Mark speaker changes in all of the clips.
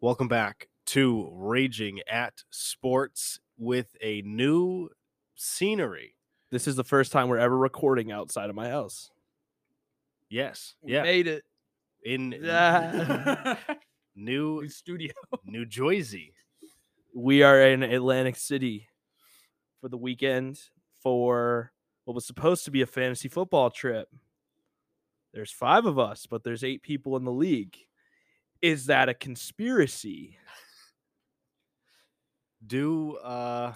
Speaker 1: Welcome back to Raging at Sports with a new scenery.
Speaker 2: This is the first time we're ever recording outside of my house.
Speaker 1: Yes.
Speaker 3: We
Speaker 1: yeah.
Speaker 3: made it.
Speaker 1: In
Speaker 3: Yeah.
Speaker 1: New
Speaker 3: New studio.
Speaker 1: New Jersey.
Speaker 2: We are in Atlantic City for the weekend for what was supposed to be a fantasy football trip. There's five of us, but there's eight people in the league. Is that a conspiracy?
Speaker 1: Do uh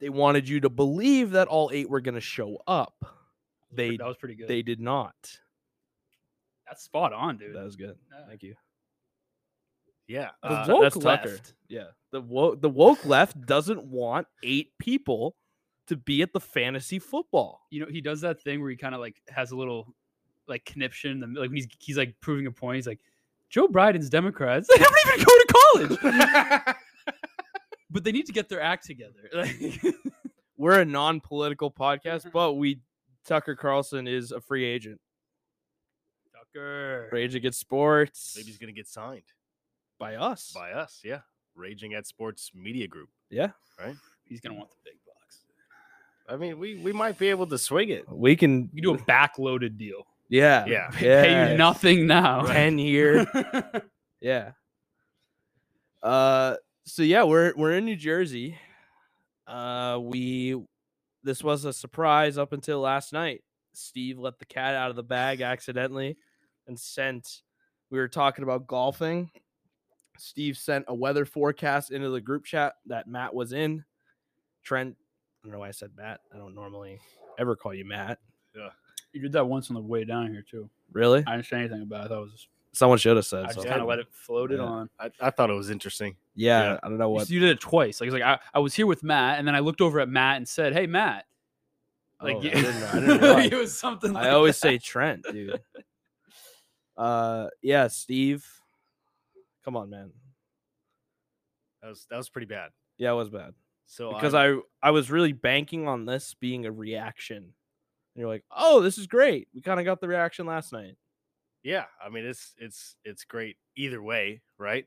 Speaker 2: They wanted you to believe that all eight were going to show up. They
Speaker 3: that was pretty good.
Speaker 2: they did not.
Speaker 3: That's spot on, dude.
Speaker 2: That was good.
Speaker 3: Yeah.
Speaker 2: Thank you.
Speaker 1: yeah.
Speaker 2: The
Speaker 1: uh,
Speaker 2: woke
Speaker 3: that's Tucker.
Speaker 2: left. Yeah. The woke the woke left doesn't want eight people to be at the fantasy football.
Speaker 3: you know, he does that thing where he kind of like has a little like conniption. in the mid- Like when he's he's like proving a point. He's like, Joe Biden's Democrats. They don't even go to college. but they need to get their act together. Like,
Speaker 2: We're a non-political
Speaker 3: Mm-hmm.
Speaker 2: podcast, but we Tucker Carlson is a free agent.
Speaker 3: Tucker.
Speaker 2: Rage Against Sports
Speaker 1: maybe he's gonna get signed
Speaker 2: by us.
Speaker 1: by us, yeah. Raging at Sports Media Group.
Speaker 3: He's gonna want the big bucks.
Speaker 1: I mean, we we might be able to swing it.
Speaker 2: We can
Speaker 3: You do a backloaded deal.
Speaker 2: Yeah.
Speaker 1: Yeah.
Speaker 2: Yeah.
Speaker 3: Pay you nothing now.
Speaker 2: 10 year. Yeah. Uh so yeah, we're we're in New Jersey. Uh we this was a surprise up until last night. Steve let the cat out of the bag accidentally and sent we were talking about golfing. Steve sent a weather forecast into the group chat that Matt was in. Trent, I don't know why I said Matt. I don't normally ever call you Matt.
Speaker 3: you did that once on the way down here too.
Speaker 2: Really?
Speaker 3: I didn't say anything about it. I thought it was
Speaker 2: Someone should have said
Speaker 3: I just
Speaker 2: something.
Speaker 3: kind of let it float it
Speaker 2: Yeah.
Speaker 3: on.
Speaker 1: I, I thought it was interesting.
Speaker 2: yeah,
Speaker 1: yeah.
Speaker 2: I don't know
Speaker 3: You
Speaker 2: what
Speaker 3: s- You did it twice. Like it's like I, I was here with Matt, and then I looked over at Matt and said, "Hey, Matt." Like
Speaker 2: Oh, I
Speaker 3: you-
Speaker 2: didn't- I didn't realize.
Speaker 3: it was something. Like
Speaker 2: I always
Speaker 3: that.
Speaker 2: say Trent, dude. Uh, yeah, Steve. Come on, man.
Speaker 1: That was that was pretty bad.
Speaker 2: Yeah, it was bad
Speaker 1: So
Speaker 2: because
Speaker 1: I'm-
Speaker 2: I I was really banking on this being a reaction. And you're like, oh, this is great. We kind of got the reaction last night.
Speaker 1: yeah i mean it's it's it's great either way right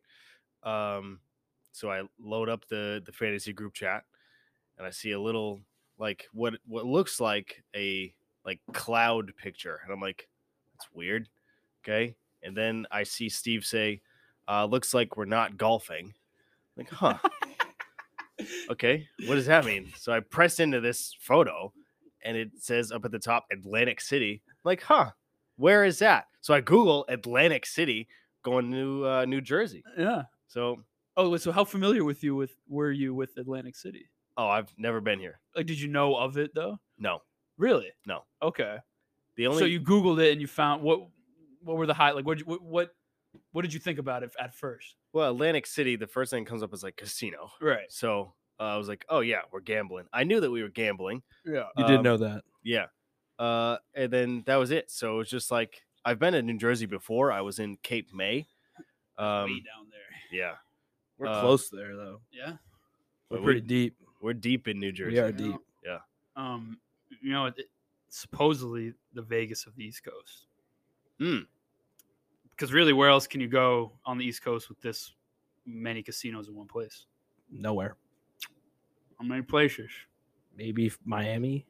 Speaker 1: um so i load up the the fantasy group chat and i see a little like what what looks like a like cloud picture and i'm like that's weird okay and then i see steve say uh looks like we're not golfing I'm like huh okay what does that mean so i press into this photo and it says up at the top atlantic city I'm like huh where is that? So I Google Atlantic City going to uh, New Jersey.
Speaker 3: yeah.
Speaker 1: So,
Speaker 3: Oh, wait, so how familiar with you with were you with Atlantic City?
Speaker 1: oh, I've never been here.
Speaker 3: Like, did you know of it though?
Speaker 1: No,
Speaker 3: Really?
Speaker 1: No.
Speaker 3: Okay.
Speaker 1: the only
Speaker 3: So you Googled it and you found what? What were the high? Like, what? What? What, what did you think about it at first?
Speaker 1: well Atlantic City, the first thing that comes up is like casino.
Speaker 3: Right.
Speaker 1: So uh, I was like, oh yeah, we're gambling. I knew that we were gambling.
Speaker 3: Yeah.
Speaker 2: You did
Speaker 1: Um,
Speaker 2: know that.
Speaker 1: Yeah, uh, and then that was it. So it was just like I've been in New Jersey before. I was in Cape May.
Speaker 3: Way
Speaker 1: Um,
Speaker 3: down there.
Speaker 1: yeah,
Speaker 2: We're
Speaker 1: uh,
Speaker 2: close there though.
Speaker 3: Yeah.
Speaker 2: We're
Speaker 1: but we-
Speaker 2: pretty deep.
Speaker 1: We're deep in New Jersey.
Speaker 2: We are
Speaker 3: You know?
Speaker 2: deep.
Speaker 3: Um, you know, it, supposedly the Vegas of the East Coast.
Speaker 1: Mm.
Speaker 3: Because really, where else can you go on the East Coast with this many casinos in one place?
Speaker 2: Nowhere.
Speaker 3: How many places?
Speaker 2: Maybe f- Miami.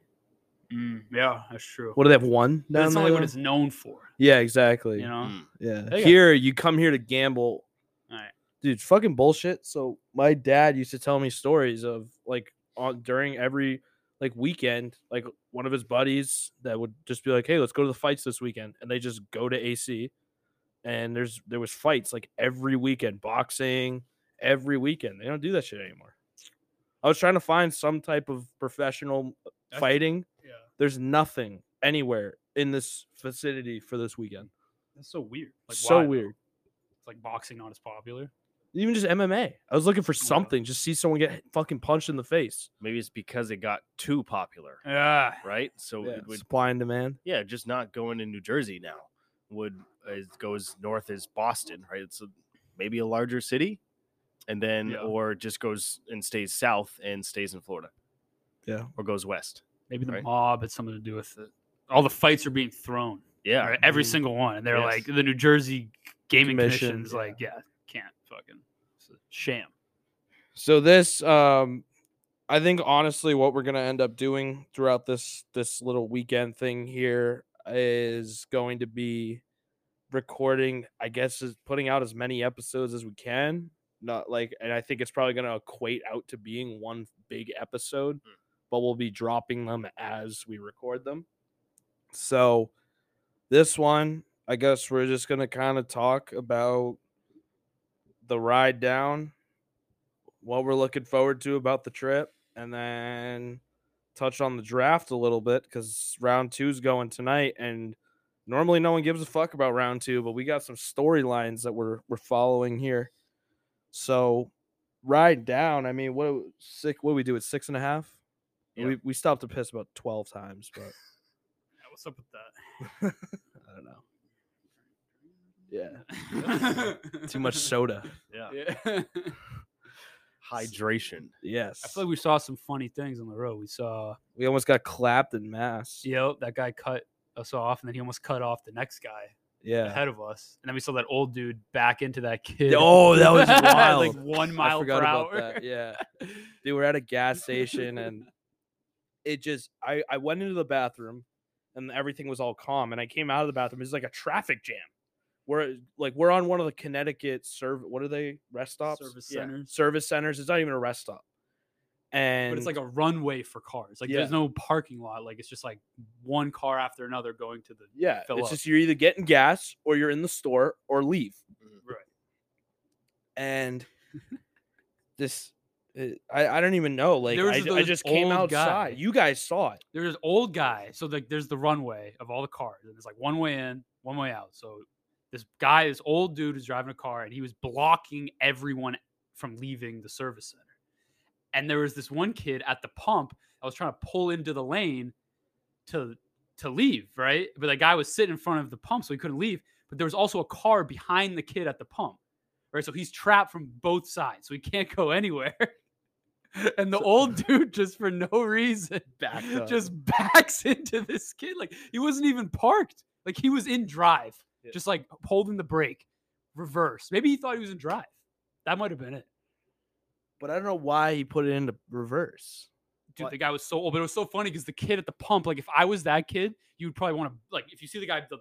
Speaker 3: Mm, yeah, that's true.
Speaker 2: What do they have one
Speaker 3: But
Speaker 2: down
Speaker 3: it's
Speaker 2: there?
Speaker 3: only what
Speaker 2: though?
Speaker 3: it's known for.
Speaker 2: yeah, exactly.
Speaker 3: You know,
Speaker 1: Mm.
Speaker 2: Yeah.
Speaker 3: There you go.
Speaker 2: Here, you come here to gamble.
Speaker 1: Hmm.
Speaker 3: Alright.
Speaker 2: Dude, fucking bullshit. So my dad used to tell me stories of like on during every like weekend, like one of his buddies that would just be like, "Hey, let's go to the fights this weekend," and they just go to AC, and there's there was fights like every weekend, boxing every weekend. They don't do that shit anymore. I was trying to find some type of professional
Speaker 3: That's-
Speaker 2: fighting.
Speaker 3: yeah,
Speaker 2: There's nothing anywhere in this vicinity for this weekend.
Speaker 3: that's so weird.
Speaker 2: so
Speaker 3: why, though?
Speaker 2: weird.
Speaker 3: It's like boxing not as popular.
Speaker 2: even just MMA. I was looking for something, just see someone get fucking punched in the face.
Speaker 1: Maybe it's because it got too popular,
Speaker 3: Yeah,
Speaker 1: right? So it would
Speaker 2: Supply and demand.
Speaker 1: yeah, just not going to New Jersey now would it goes north as Boston, right? It's a, maybe a larger city, and then
Speaker 3: Yeah.
Speaker 1: or just goes and stays south and stays in Florida.
Speaker 2: Yeah.
Speaker 1: or goes west.
Speaker 3: maybe the
Speaker 1: Right.
Speaker 3: mob had something to do with it. All the fights are being thrown.
Speaker 1: Yeah,
Speaker 3: right? every
Speaker 2: Mhm.
Speaker 3: single one. And they're
Speaker 1: Yes.
Speaker 3: like the New Jersey gaming
Speaker 2: Commission,
Speaker 3: commissions,
Speaker 2: yeah.
Speaker 3: like yeah, can't fucking It's a sham.
Speaker 2: So this, um, I think honestly, what we're gonna end up doing throughout this this little weekend thing here is going to be recording. I guess is putting out as many episodes as we can. Not like, and I think it's probably gonna equate out to being one big episode, but we'll be dropping them as we record them. So this one, I guess we're just gonna kind of talk about the ride down what we're looking forward to about the trip, and then touch on the draft a little bit because round two's going tonight. And normally no one gives a fuck about round two, but we got some storylines that we're we're following here. So ride down. I mean, what sick? What do we do at six and a half?
Speaker 1: Yeah.
Speaker 2: We we stopped to piss about twelve times, but
Speaker 3: Yeah, what's up with that?
Speaker 2: I don't know. Yeah, too much soda.
Speaker 1: Yeah.
Speaker 3: Yeah.
Speaker 1: Hydration.
Speaker 2: Yes,
Speaker 3: I feel like we saw some funny things on the road. We saw,
Speaker 2: we almost got clapped in mass.
Speaker 3: you know, that guy cut us off, and then he almost cut off the next guy
Speaker 2: yeah.
Speaker 3: ahead of us. And then we saw that old dude back into that kid.
Speaker 2: Oh, that was
Speaker 3: At,
Speaker 2: wild.
Speaker 3: like one
Speaker 2: I
Speaker 3: mile per
Speaker 2: forgot about
Speaker 3: hour.
Speaker 2: that, yeah. Dude, we're at a gas station and it just I, I went into the bathroom and everything was all calm and I came out of the bathroom. It was like a traffic jam. We're like we're on one of the Connecticut serve what are they? Rest stops?
Speaker 3: Service
Speaker 1: Yeah.
Speaker 3: centers.
Speaker 2: Service centers. It's not even a rest stop. And
Speaker 3: But it's like a runway for cars. Like
Speaker 2: Yeah.
Speaker 3: there's no parking lot. Like it's just like one car after another going to the.
Speaker 2: yeah,
Speaker 3: fill
Speaker 2: it's
Speaker 3: up.
Speaker 2: just you're either getting gas or you're in the store or leave. Mm-hmm.
Speaker 3: Right.
Speaker 2: And this it, I, I don't even know. Like
Speaker 3: was
Speaker 2: I,
Speaker 3: just
Speaker 2: I
Speaker 3: this
Speaker 2: just came
Speaker 3: old guy.
Speaker 2: outside. You guys saw it.
Speaker 3: There's this old guy. So like there's the runway of all the cars, and it's like one way in, one way out. So this guy, this old dude, is driving a car, and he was blocking everyone from leaving the service center. And there was this one kid at the pump. I was trying to pull into the lane to to leave, right? But the guy was sitting in front of the pump, so he couldn't leave. But there was also a car behind the kid at the pump, right? So he's trapped from both sides, so he can't go anywhere. And the old dude, just for no reason,
Speaker 2: Backed up.
Speaker 3: just backs into this kid. Like he wasn't even parked. Like he was in drive,
Speaker 2: Yeah.
Speaker 3: just like holding the brake, reverse. Maybe he thought he was in drive. That might have been it.
Speaker 2: but I don't know why he put it into reverse.
Speaker 3: dude,
Speaker 2: What?
Speaker 3: the guy was so old, but it was so funny because the kid at the pump, like if I was that kid, you would probably want to like if you see the guy, the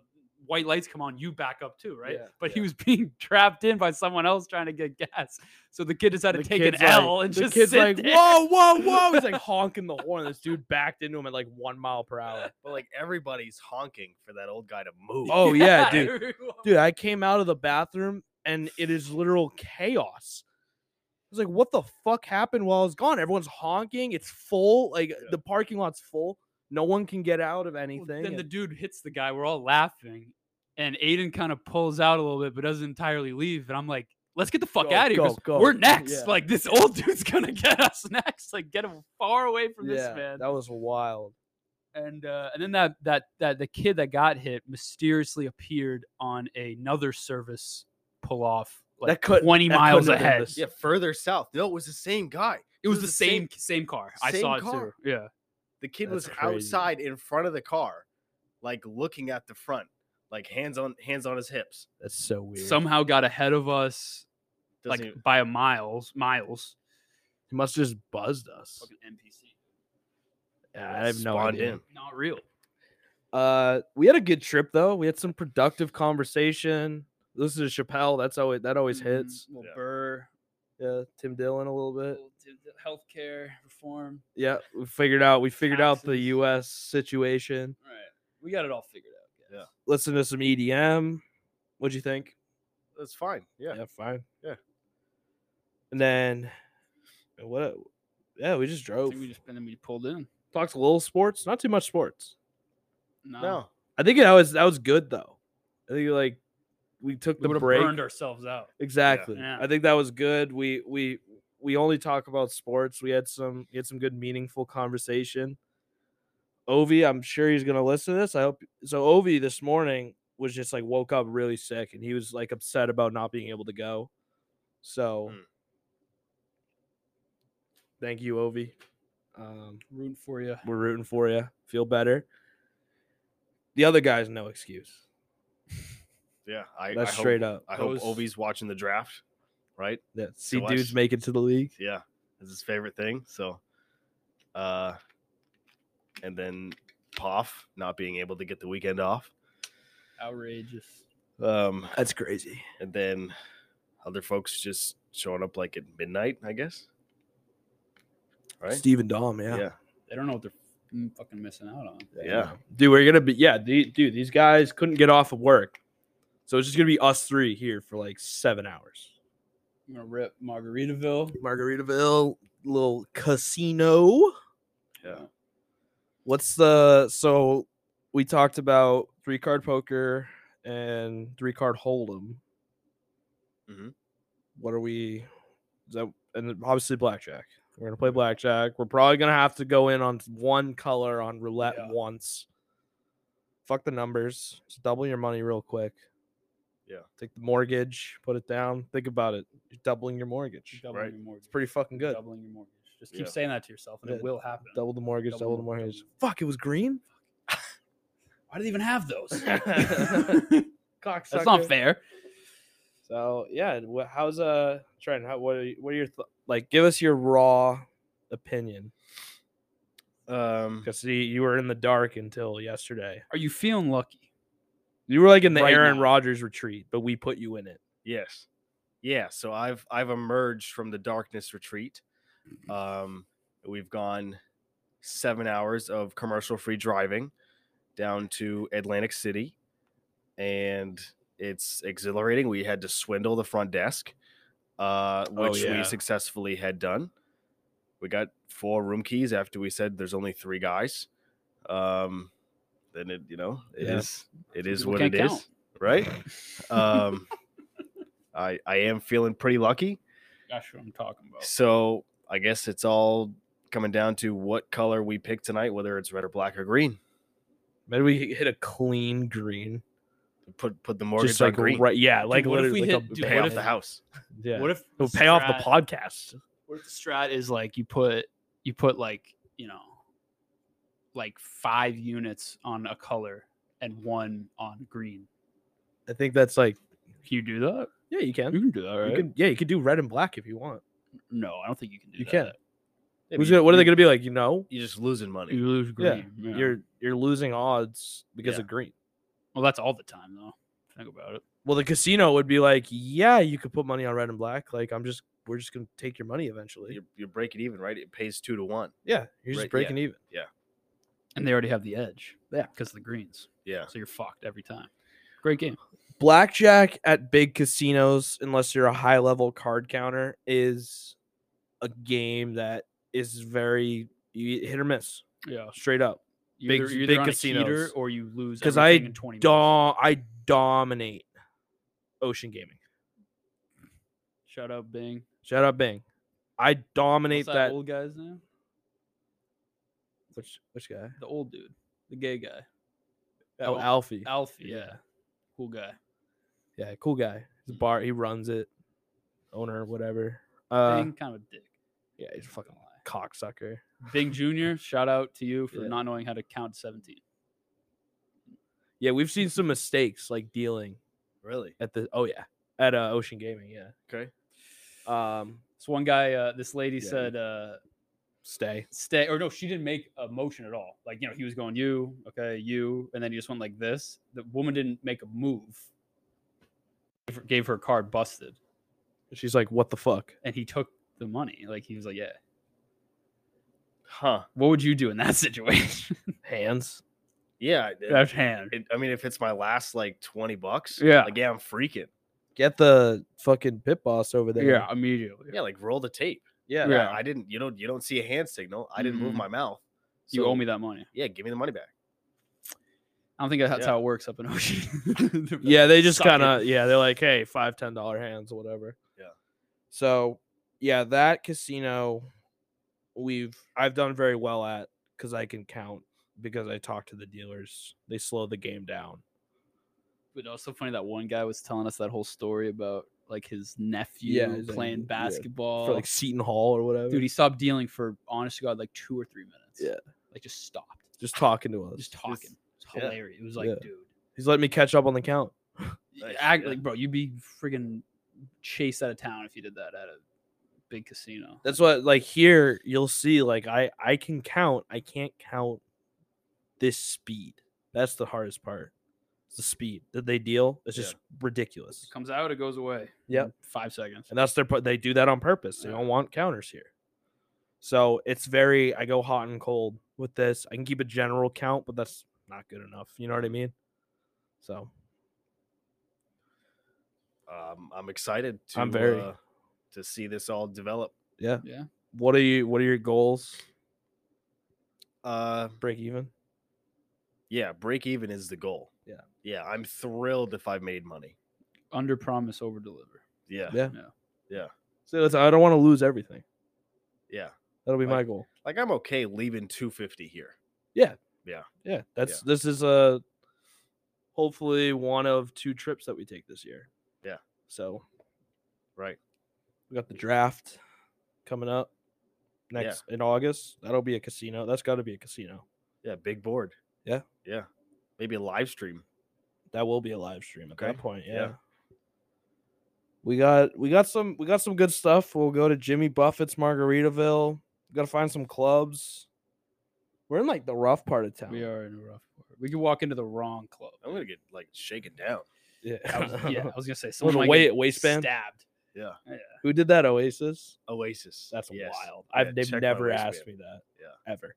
Speaker 3: white lights come on, you back up too, right?
Speaker 2: Yeah,
Speaker 3: but
Speaker 2: yeah.
Speaker 3: he was being trapped in by someone else trying to get gas, so the kid decided to take an L and
Speaker 2: the
Speaker 3: just
Speaker 2: kid's
Speaker 3: sit
Speaker 2: like,
Speaker 3: there.
Speaker 2: whoa, whoa, whoa! He's like honking the horn. This dude backed into him at like one mile per hour.
Speaker 1: But like everybody's honking for that old guy to move.
Speaker 2: Oh yeah, dude,
Speaker 3: everyone-
Speaker 2: dude! I came out of the bathroom and it is literal chaos. I was like, what the fuck happened while I was gone? Everyone's honking. It's full. Like the parking lot's full. No one can get out of
Speaker 3: Well,
Speaker 2: anything.
Speaker 3: Then the
Speaker 2: and-
Speaker 3: dude hits the guy. We're all laughing, and Aiden kind of pulls out a little bit, but doesn't entirely leave. And I'm like, "Let's get the fuck
Speaker 2: Go,
Speaker 3: out of here!
Speaker 2: go,
Speaker 3: 'cause
Speaker 2: go."
Speaker 3: We're next.
Speaker 2: Yeah.
Speaker 3: Like this old dude's gonna get us next. Like get him far away from
Speaker 2: yeah,
Speaker 3: this man."
Speaker 2: that was wild.
Speaker 3: and uh, and then that that that the kid that got hit mysteriously appeared on another service pull off like
Speaker 2: That could-
Speaker 3: twenty
Speaker 2: that
Speaker 3: miles
Speaker 2: couldn't have been
Speaker 3: ahead.
Speaker 2: this-
Speaker 1: Yeah, further south. No, it was the same guy.
Speaker 3: It was the same same car. I
Speaker 1: same
Speaker 3: saw it
Speaker 1: car.
Speaker 3: too. Yeah,
Speaker 1: The kid was
Speaker 2: That's crazy.
Speaker 1: outside in front of the car, like looking at the front, like hands on hands on his hips.
Speaker 2: That's so weird.
Speaker 3: somehow got ahead of us
Speaker 1: Doesn't
Speaker 3: like
Speaker 1: even-
Speaker 3: by a miles miles.
Speaker 2: he must have just buzzed us.
Speaker 3: Fucking NPC.
Speaker 2: Yeah, I have no
Speaker 1: uh, spawned
Speaker 2: idea.
Speaker 1: in.
Speaker 3: Not real.
Speaker 2: Uh, we had a good trip though. We had some productive conversation. This is Chappelle. That's always that always hits.
Speaker 1: Yeah.
Speaker 3: Mm-hmm. Burr,
Speaker 2: Yeah, Tim Dillon a little bit.
Speaker 3: healthcare reform.
Speaker 2: Yeah, we figured out. We figured out the
Speaker 3: Taxes.
Speaker 2: U.S. situation.
Speaker 3: All right, we got it all figured out.
Speaker 1: guys.
Speaker 2: Listen to some EDM. What'd you think?
Speaker 1: That's fine. Yeah.
Speaker 2: fine.
Speaker 1: Yeah.
Speaker 2: And then and what? e- Yeah, we just drove.
Speaker 3: just and then we pulled in.
Speaker 2: Talked a little sports, not too much sports.
Speaker 1: No.
Speaker 2: I think that was that was good though. I think like we took
Speaker 3: we
Speaker 2: the
Speaker 3: would have
Speaker 2: break.
Speaker 3: burned ourselves out.
Speaker 2: Exactly.
Speaker 3: Yeah.
Speaker 2: I think that was good. We we we only talk about sports. We had some we had some good meaningful conversation. Ovi, I'm sure he's gonna listen to this. I hope so. Ovi this morning was just like woke up really sick and he was like upset about not being able to go. So
Speaker 1: Mm.
Speaker 2: thank you, Ovi. Um,
Speaker 3: Rooting for you.
Speaker 2: we're rooting for you. Feel better. The other guy's no excuse.
Speaker 1: Yeah. I,
Speaker 2: That's
Speaker 1: I hope-
Speaker 2: straight up.
Speaker 1: I hope
Speaker 3: Those-
Speaker 1: Ovi's watching the draft right?
Speaker 2: Yeah, see
Speaker 1: I
Speaker 2: dudes
Speaker 1: sh-
Speaker 2: make it to the league.
Speaker 1: Yeah, it's his favorite thing. So, uh, and then Poff not being able to get the weekend off.
Speaker 3: Outrageous.
Speaker 1: Um,
Speaker 2: That's crazy.
Speaker 1: and then other folks just showing up like at midnight, I guess. Right?
Speaker 2: Steven Dom, yeah.
Speaker 1: yeah.
Speaker 3: They don't know what they're f- fucking missing out on.
Speaker 1: Yeah.
Speaker 2: Dude, we're gonna be yeah, the- dude, these guys couldn't get off of work. So it's just gonna be us three here for like seven hours.
Speaker 3: I'm gonna rip Margaritaville.
Speaker 2: Margaritaville, little casino.
Speaker 1: Yeah.
Speaker 2: What's the so we talked about three card poker and three card hold'em.
Speaker 1: Mhm.
Speaker 2: What are we? Is that and then obviously blackjack. We're gonna play blackjack. We're probably gonna have to go in on one color on roulette
Speaker 3: Yeah.
Speaker 2: once. Fuck the numbers. Just double your money real quick.
Speaker 1: Yeah.
Speaker 2: Take the mortgage, put it down. Think about it. You're doubling your mortgage.
Speaker 3: Doubling
Speaker 1: Right.
Speaker 3: your mortgage.
Speaker 2: It's pretty fucking good.
Speaker 3: Doubling your mortgage. Just keep
Speaker 1: Yeah.
Speaker 3: saying that to yourself, and
Speaker 2: Yeah.
Speaker 3: it will happen.
Speaker 2: Double the mortgage, double,
Speaker 3: Double-
Speaker 2: the
Speaker 3: double-
Speaker 2: mortgage. Fuck, it was green.
Speaker 3: Why do they even have those?
Speaker 2: Cocksucker.
Speaker 3: That's not fair.
Speaker 2: So yeah, wha- how's uh Trent? How what are you, what are your th- like? Give us your raw opinion
Speaker 1: Um,
Speaker 2: because see, you were in the dark until yesterday.
Speaker 3: Are you feeling lucky?
Speaker 2: You were like in the
Speaker 3: Right
Speaker 2: Aaron
Speaker 3: now.
Speaker 2: Rodgers retreat, but we put you in it.
Speaker 1: yes. Yeah. So I've, I've emerged from the darkness retreat.
Speaker 2: Mm-hmm.
Speaker 1: Um, we've gone seven hours of commercial free driving down to Atlantic City, and it's exhilarating. We had to swindle the front desk, uh,
Speaker 2: Oh,
Speaker 1: which
Speaker 2: yeah.
Speaker 1: we successfully had done. We got four room keys after we said there's only three guys. Um, then it, you know, it is
Speaker 2: Yeah.
Speaker 1: it
Speaker 3: Some
Speaker 1: is
Speaker 3: people
Speaker 1: what
Speaker 3: can't
Speaker 1: it is,
Speaker 3: count.
Speaker 1: right? um, I I am feeling pretty lucky.
Speaker 3: That's what I'm talking about.
Speaker 1: So I guess it's all coming down to what color we pick tonight, whether it's red or black or green.
Speaker 2: Maybe we hit a clean green,
Speaker 1: Put put the mortgage
Speaker 2: just like
Speaker 1: on green.
Speaker 2: right, yeah, like
Speaker 3: what if
Speaker 2: literally
Speaker 3: we
Speaker 2: like
Speaker 3: hit-
Speaker 2: a
Speaker 3: dude,
Speaker 1: pay
Speaker 2: what
Speaker 1: off
Speaker 2: if-
Speaker 1: the house.
Speaker 2: yeah.
Speaker 3: What if
Speaker 2: It'll
Speaker 3: the
Speaker 2: pay off the
Speaker 3: strat-
Speaker 2: podcast?
Speaker 3: What if the strat is like you put you put like you know like five units on a color and one on green?
Speaker 2: I think that's like
Speaker 3: Can you do that?
Speaker 2: yeah, you can.
Speaker 3: You can do that, right?
Speaker 2: You could yeah, you could do red and black if you want.
Speaker 3: no, I don't think you can do
Speaker 2: You
Speaker 3: that.
Speaker 2: can.
Speaker 1: Yeah,
Speaker 2: Who's
Speaker 1: but you-
Speaker 2: gonna, what are they
Speaker 1: you-
Speaker 2: gonna be like? You know,
Speaker 1: You're just losing money.
Speaker 3: You lose
Speaker 2: Yeah,
Speaker 3: green. yeah.
Speaker 2: you're you're losing odds because
Speaker 1: Yeah.
Speaker 2: of green.
Speaker 3: well. That's all the time though. Think about it.
Speaker 2: Well, the casino would be like, yeah, you could put money on red and black. Like, I'm just, we're just gonna take your money eventually.
Speaker 1: You're, you're breaking even, right? It pays two to one.
Speaker 2: yeah, you're just
Speaker 1: Right, yeah.
Speaker 2: breaking even.
Speaker 3: And they already have the edge. Yeah, because of the greens.
Speaker 1: Yeah.
Speaker 3: So you're fucked every time. Great game.
Speaker 2: Blackjack at big casinos, unless you're a high level card counter, is a game that is very you hit or miss,
Speaker 3: Yeah.
Speaker 2: straight up.
Speaker 3: you
Speaker 2: Big-
Speaker 3: either, you're either
Speaker 2: big
Speaker 3: on a
Speaker 2: casinos.
Speaker 3: heater or you lose
Speaker 2: 'Cause
Speaker 3: everything
Speaker 2: I
Speaker 3: in 20 minutes.
Speaker 2: Dom, I dominate Ocean Gaming.
Speaker 3: Shout out Bing.
Speaker 2: Shout out Bing. I dominate
Speaker 3: What's that,
Speaker 2: that.
Speaker 3: old guy's name?
Speaker 2: Which which guy?
Speaker 3: The old dude, the gay guy,
Speaker 2: Oh,
Speaker 3: Oh,
Speaker 2: Alfie.
Speaker 3: Alfie.
Speaker 2: Yeah.
Speaker 3: Yeah, cool guy.
Speaker 2: Yeah, cool guy. He's a bar. He runs it. Owner, whatever. Uh,
Speaker 3: Bing, kind of a dick.
Speaker 2: yeah, he's a
Speaker 3: not
Speaker 2: fucking
Speaker 3: gonna lie.
Speaker 2: cocksucker.
Speaker 3: Bing Junior. Shout out to you for
Speaker 2: Yeah.
Speaker 3: not knowing how to count to seventeen.
Speaker 2: Yeah, we've seen some mistakes like dealing
Speaker 1: Really?
Speaker 2: at the. Oh yeah, at uh, Ocean Gaming. Yeah.
Speaker 1: Okay.
Speaker 2: Um,
Speaker 3: This one guy, uh, this lady
Speaker 1: Yeah.
Speaker 3: said, uh,
Speaker 2: stay.
Speaker 3: "Stay," or no, she didn't make a motion at all. Like you know, he was going you, okay, you, and then he just went like this. The woman didn't make a move. Gave her- Gave her card busted,
Speaker 2: She's like, what the fuck?
Speaker 3: and he took the money. Like he was like, "Yeah,
Speaker 1: Huh?
Speaker 3: what would you do in that situation?"
Speaker 2: Hands.
Speaker 1: Yeah. it-
Speaker 3: Left hand.
Speaker 1: it- I mean, if it's my last like twenty bucks,
Speaker 3: Yeah.
Speaker 1: like yeah, I'm freaking.
Speaker 2: Get the fucking pit boss over there.
Speaker 3: Yeah, immediately.
Speaker 1: Yeah, like roll the tape.
Speaker 2: Yeah.
Speaker 3: Yeah.
Speaker 1: I didn't. You don't. You don't see a hand signal. I didn't move
Speaker 3: Mhm.
Speaker 1: my mouth.
Speaker 3: You
Speaker 1: So,
Speaker 3: owe me that money.
Speaker 1: Yeah, give me the money back.
Speaker 3: I don't think that's
Speaker 1: Yeah.
Speaker 3: how it works up in Ocean. They're like,
Speaker 2: Yeah, they just
Speaker 3: "Suck it."
Speaker 2: kind of yeah, they're like, hey, five ten dollar hands, whatever.
Speaker 1: Yeah.
Speaker 2: So yeah, that casino we've I've done very well at because I can count because I talk to the dealers. They slow the game down.
Speaker 3: But also funny that one guy was telling us that whole story about like his nephew
Speaker 2: he's like,
Speaker 3: playing
Speaker 2: yeah,
Speaker 3: basketball.
Speaker 2: For like Seton Hall or whatever.
Speaker 3: Dude, he stopped dealing for honest to god like two or three minutes.
Speaker 2: Yeah.
Speaker 3: like just stopped,
Speaker 2: just talking to us.
Speaker 3: just talking. It's
Speaker 1: yeah.
Speaker 3: hilarious. It was like,
Speaker 2: Yeah.
Speaker 3: dude,
Speaker 2: He's letting me catch up on the count.
Speaker 3: y-
Speaker 1: Nice,
Speaker 3: act
Speaker 1: yeah.
Speaker 3: like bro, you'd be friggin' chased out of town if you did that at a big casino.
Speaker 2: That's what like here you'll see like I I can count. I can't count this speed. That's the hardest part. It's the speed that they deal. It's just ridiculous.
Speaker 3: Comes out, it goes away.
Speaker 2: Yep.
Speaker 3: in Five seconds.
Speaker 2: And that's their pu- they do that on purpose. They
Speaker 3: Yeah.
Speaker 2: don't want counters here. So it's very I go hot and cold with this. I can keep a general count, but that's not good enough. You know what I mean? So
Speaker 1: Um, I'm excited to
Speaker 2: I'm very-
Speaker 1: uh, to see this all develop.
Speaker 2: yeah.
Speaker 3: Yeah.
Speaker 2: What are you what are your goals?
Speaker 1: Uh,
Speaker 2: Break even?
Speaker 1: yeah, break even is the goal.
Speaker 2: Yeah.
Speaker 1: yeah. I'm thrilled if I made money.
Speaker 3: Under promise, over deliver.
Speaker 1: Yeah,
Speaker 2: Yeah.
Speaker 3: Yeah.
Speaker 2: So it's, I don't want to lose everything.
Speaker 1: yeah.
Speaker 2: That'll be my
Speaker 1: Like-
Speaker 2: goal.
Speaker 1: Like I'm okay leaving 250 here.
Speaker 2: Yeah, that's this is a hopefully one of two trips that we take this year.
Speaker 1: Yeah.
Speaker 2: So
Speaker 1: Right.
Speaker 2: we got the draft coming up
Speaker 1: Yeah.
Speaker 2: next in August. That'll be a casino. That's got to be a casino.
Speaker 1: Yeah, big board.
Speaker 2: Yeah.
Speaker 1: yeah. Maybe a live stream.
Speaker 2: That will be a live stream at that
Speaker 1: Okay,
Speaker 2: point.
Speaker 1: yeah.
Speaker 2: Yeah. We got we got some we got some good stuff. We'll go to Jimmy Buffett's Margaritaville. got to find some clubs. We're in like the rough part of town.
Speaker 3: We are in a rough part. We could walk into the wrong club.
Speaker 1: I'm gonna get like shaken down.
Speaker 2: Yeah.
Speaker 3: I was- yeah, I was gonna say
Speaker 2: With
Speaker 3: someone
Speaker 2: a
Speaker 3: might
Speaker 2: wa-
Speaker 3: get
Speaker 2: waistband?
Speaker 3: stabbed.
Speaker 2: Who did that? Oasis.
Speaker 1: Oasis.
Speaker 2: That's
Speaker 1: Yes.
Speaker 2: wild.
Speaker 1: Yeah,
Speaker 2: I've they've
Speaker 1: check my
Speaker 2: never
Speaker 1: waistband.
Speaker 2: asked me that.
Speaker 1: Yeah.
Speaker 2: Ever.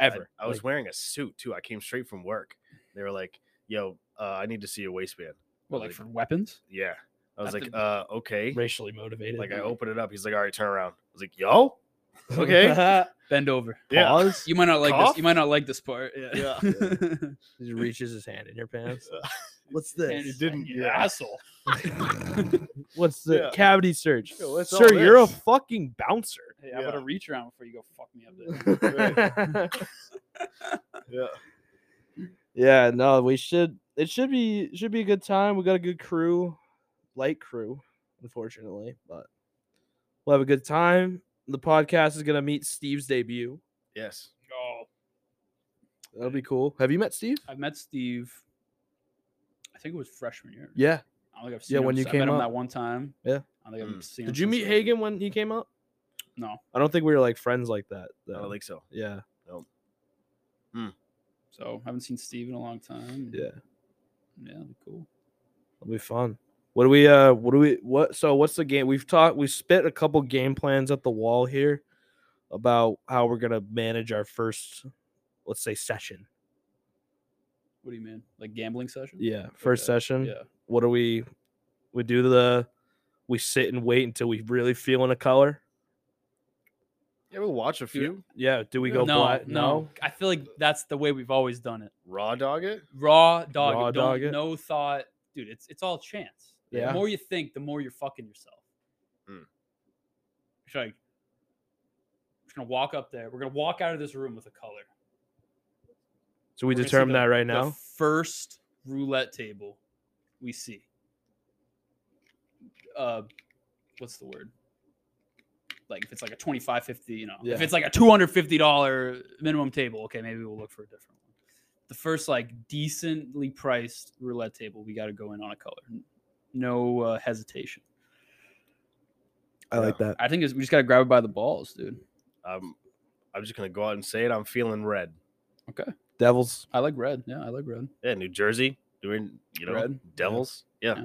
Speaker 1: I-
Speaker 2: Ever.
Speaker 1: I, was
Speaker 2: Like,
Speaker 1: wearing a suit too. I came straight from work. They were like, "Yo, uh, I need to see your waistband."
Speaker 3: Well, like for weapons.
Speaker 1: Yeah. I was
Speaker 3: Not
Speaker 1: like,
Speaker 3: the-
Speaker 1: uh, okay.
Speaker 2: racially motivated.
Speaker 1: Like I opened it up. He's like, all right, turn around. I was like, yo, okay.
Speaker 3: Bend over.
Speaker 1: Yeah.
Speaker 2: Pause.
Speaker 3: You might not like this.
Speaker 1: Cough?
Speaker 3: You might not like this part. Yeah.
Speaker 1: Yeah.
Speaker 2: He reaches his hand in your pants.
Speaker 1: Uh,
Speaker 2: What's
Speaker 3: And
Speaker 2: this?
Speaker 3: it's
Speaker 1: didn't-
Speaker 3: like, you
Speaker 1: yeah.
Speaker 3: asshole.
Speaker 2: What's the
Speaker 1: Yeah.
Speaker 2: cavity search?
Speaker 1: Yo, what's
Speaker 2: Sir,
Speaker 1: all
Speaker 2: you're a
Speaker 1: this?
Speaker 2: fucking bouncer.
Speaker 3: Hey, I'm
Speaker 1: Yeah.
Speaker 3: gonna reach around before you go fuck me up there.
Speaker 1: yeah.
Speaker 2: yeah, no, we should it should be should be a good time. We got a good crew, light crew, unfortunately, but we'll have a good time. The podcast is gonna meet Steve's debut.
Speaker 1: Yes.
Speaker 3: Oh,
Speaker 2: That'll be cool. Have you met Steve?
Speaker 3: I met Steve. I think it was freshman year.
Speaker 2: Yeah.
Speaker 3: I don't think I've seen
Speaker 2: Yeah,
Speaker 3: him
Speaker 2: when you
Speaker 3: since- I
Speaker 2: came
Speaker 3: met him
Speaker 2: up.
Speaker 3: that one time.
Speaker 2: Yeah.
Speaker 3: I don't think I've
Speaker 1: Mm.
Speaker 3: seen. him
Speaker 2: Did you
Speaker 3: since
Speaker 2: meet
Speaker 3: then.
Speaker 2: Hagen when he came up?
Speaker 3: No. Oh,
Speaker 2: I don't think we were like friends like that.
Speaker 1: I
Speaker 2: though.
Speaker 1: don't think so.
Speaker 2: yeah,
Speaker 3: So haven't seen Steve in a long time.
Speaker 2: yeah,
Speaker 3: Yeah. that'd be Cool.
Speaker 2: it'll be fun. What do we? Uh, what do we? What? So what's the game? We've talked. We spit a couple game plans at the wall here about how we're gonna manage our first, let's say, session.
Speaker 3: What do you mean? Like gambling session?
Speaker 2: Yeah, first
Speaker 3: Okay,
Speaker 2: session.
Speaker 3: Yeah.
Speaker 2: What do we? We do the. We sit and wait until we really feel in a color.
Speaker 1: Yeah, we'll watch a few.
Speaker 2: Yeah. Do we go
Speaker 3: no,
Speaker 2: black?
Speaker 3: No. I feel like that's the way we've always done it.
Speaker 1: Raw dog it.
Speaker 3: Raw dog.
Speaker 2: Raw
Speaker 3: don't,
Speaker 2: dog it.
Speaker 3: No thought. Dude, it's it's all chance.
Speaker 2: Yeah.
Speaker 3: The more you think, the more you're fucking yourself.
Speaker 1: Mm.
Speaker 3: It's like, just gonna walk up there. We're gonna walk out of this room with a color.
Speaker 2: So we
Speaker 3: We're gonna see
Speaker 2: determine
Speaker 3: the-
Speaker 2: that right
Speaker 3: the
Speaker 2: now.
Speaker 3: first roulette table we see. Uh, what's the word? Like if it's like a 25 50, you know. If
Speaker 2: Yeah.
Speaker 3: it's like a $250 minimum table, okay, maybe we'll look for a different one. The first like decently priced roulette table, we got to go in on a color. No uh, hesitation.
Speaker 2: I like that.
Speaker 3: I think it's, we just got to grab it by the balls, dude.
Speaker 1: Um, I'm just gonna go out and say it. I'm feeling red.
Speaker 2: Devils.
Speaker 3: I like red. Yeah, I like red.
Speaker 1: Yeah, New Jersey doing you know
Speaker 3: Red, yeah.
Speaker 1: Devils. Yeah. yeah,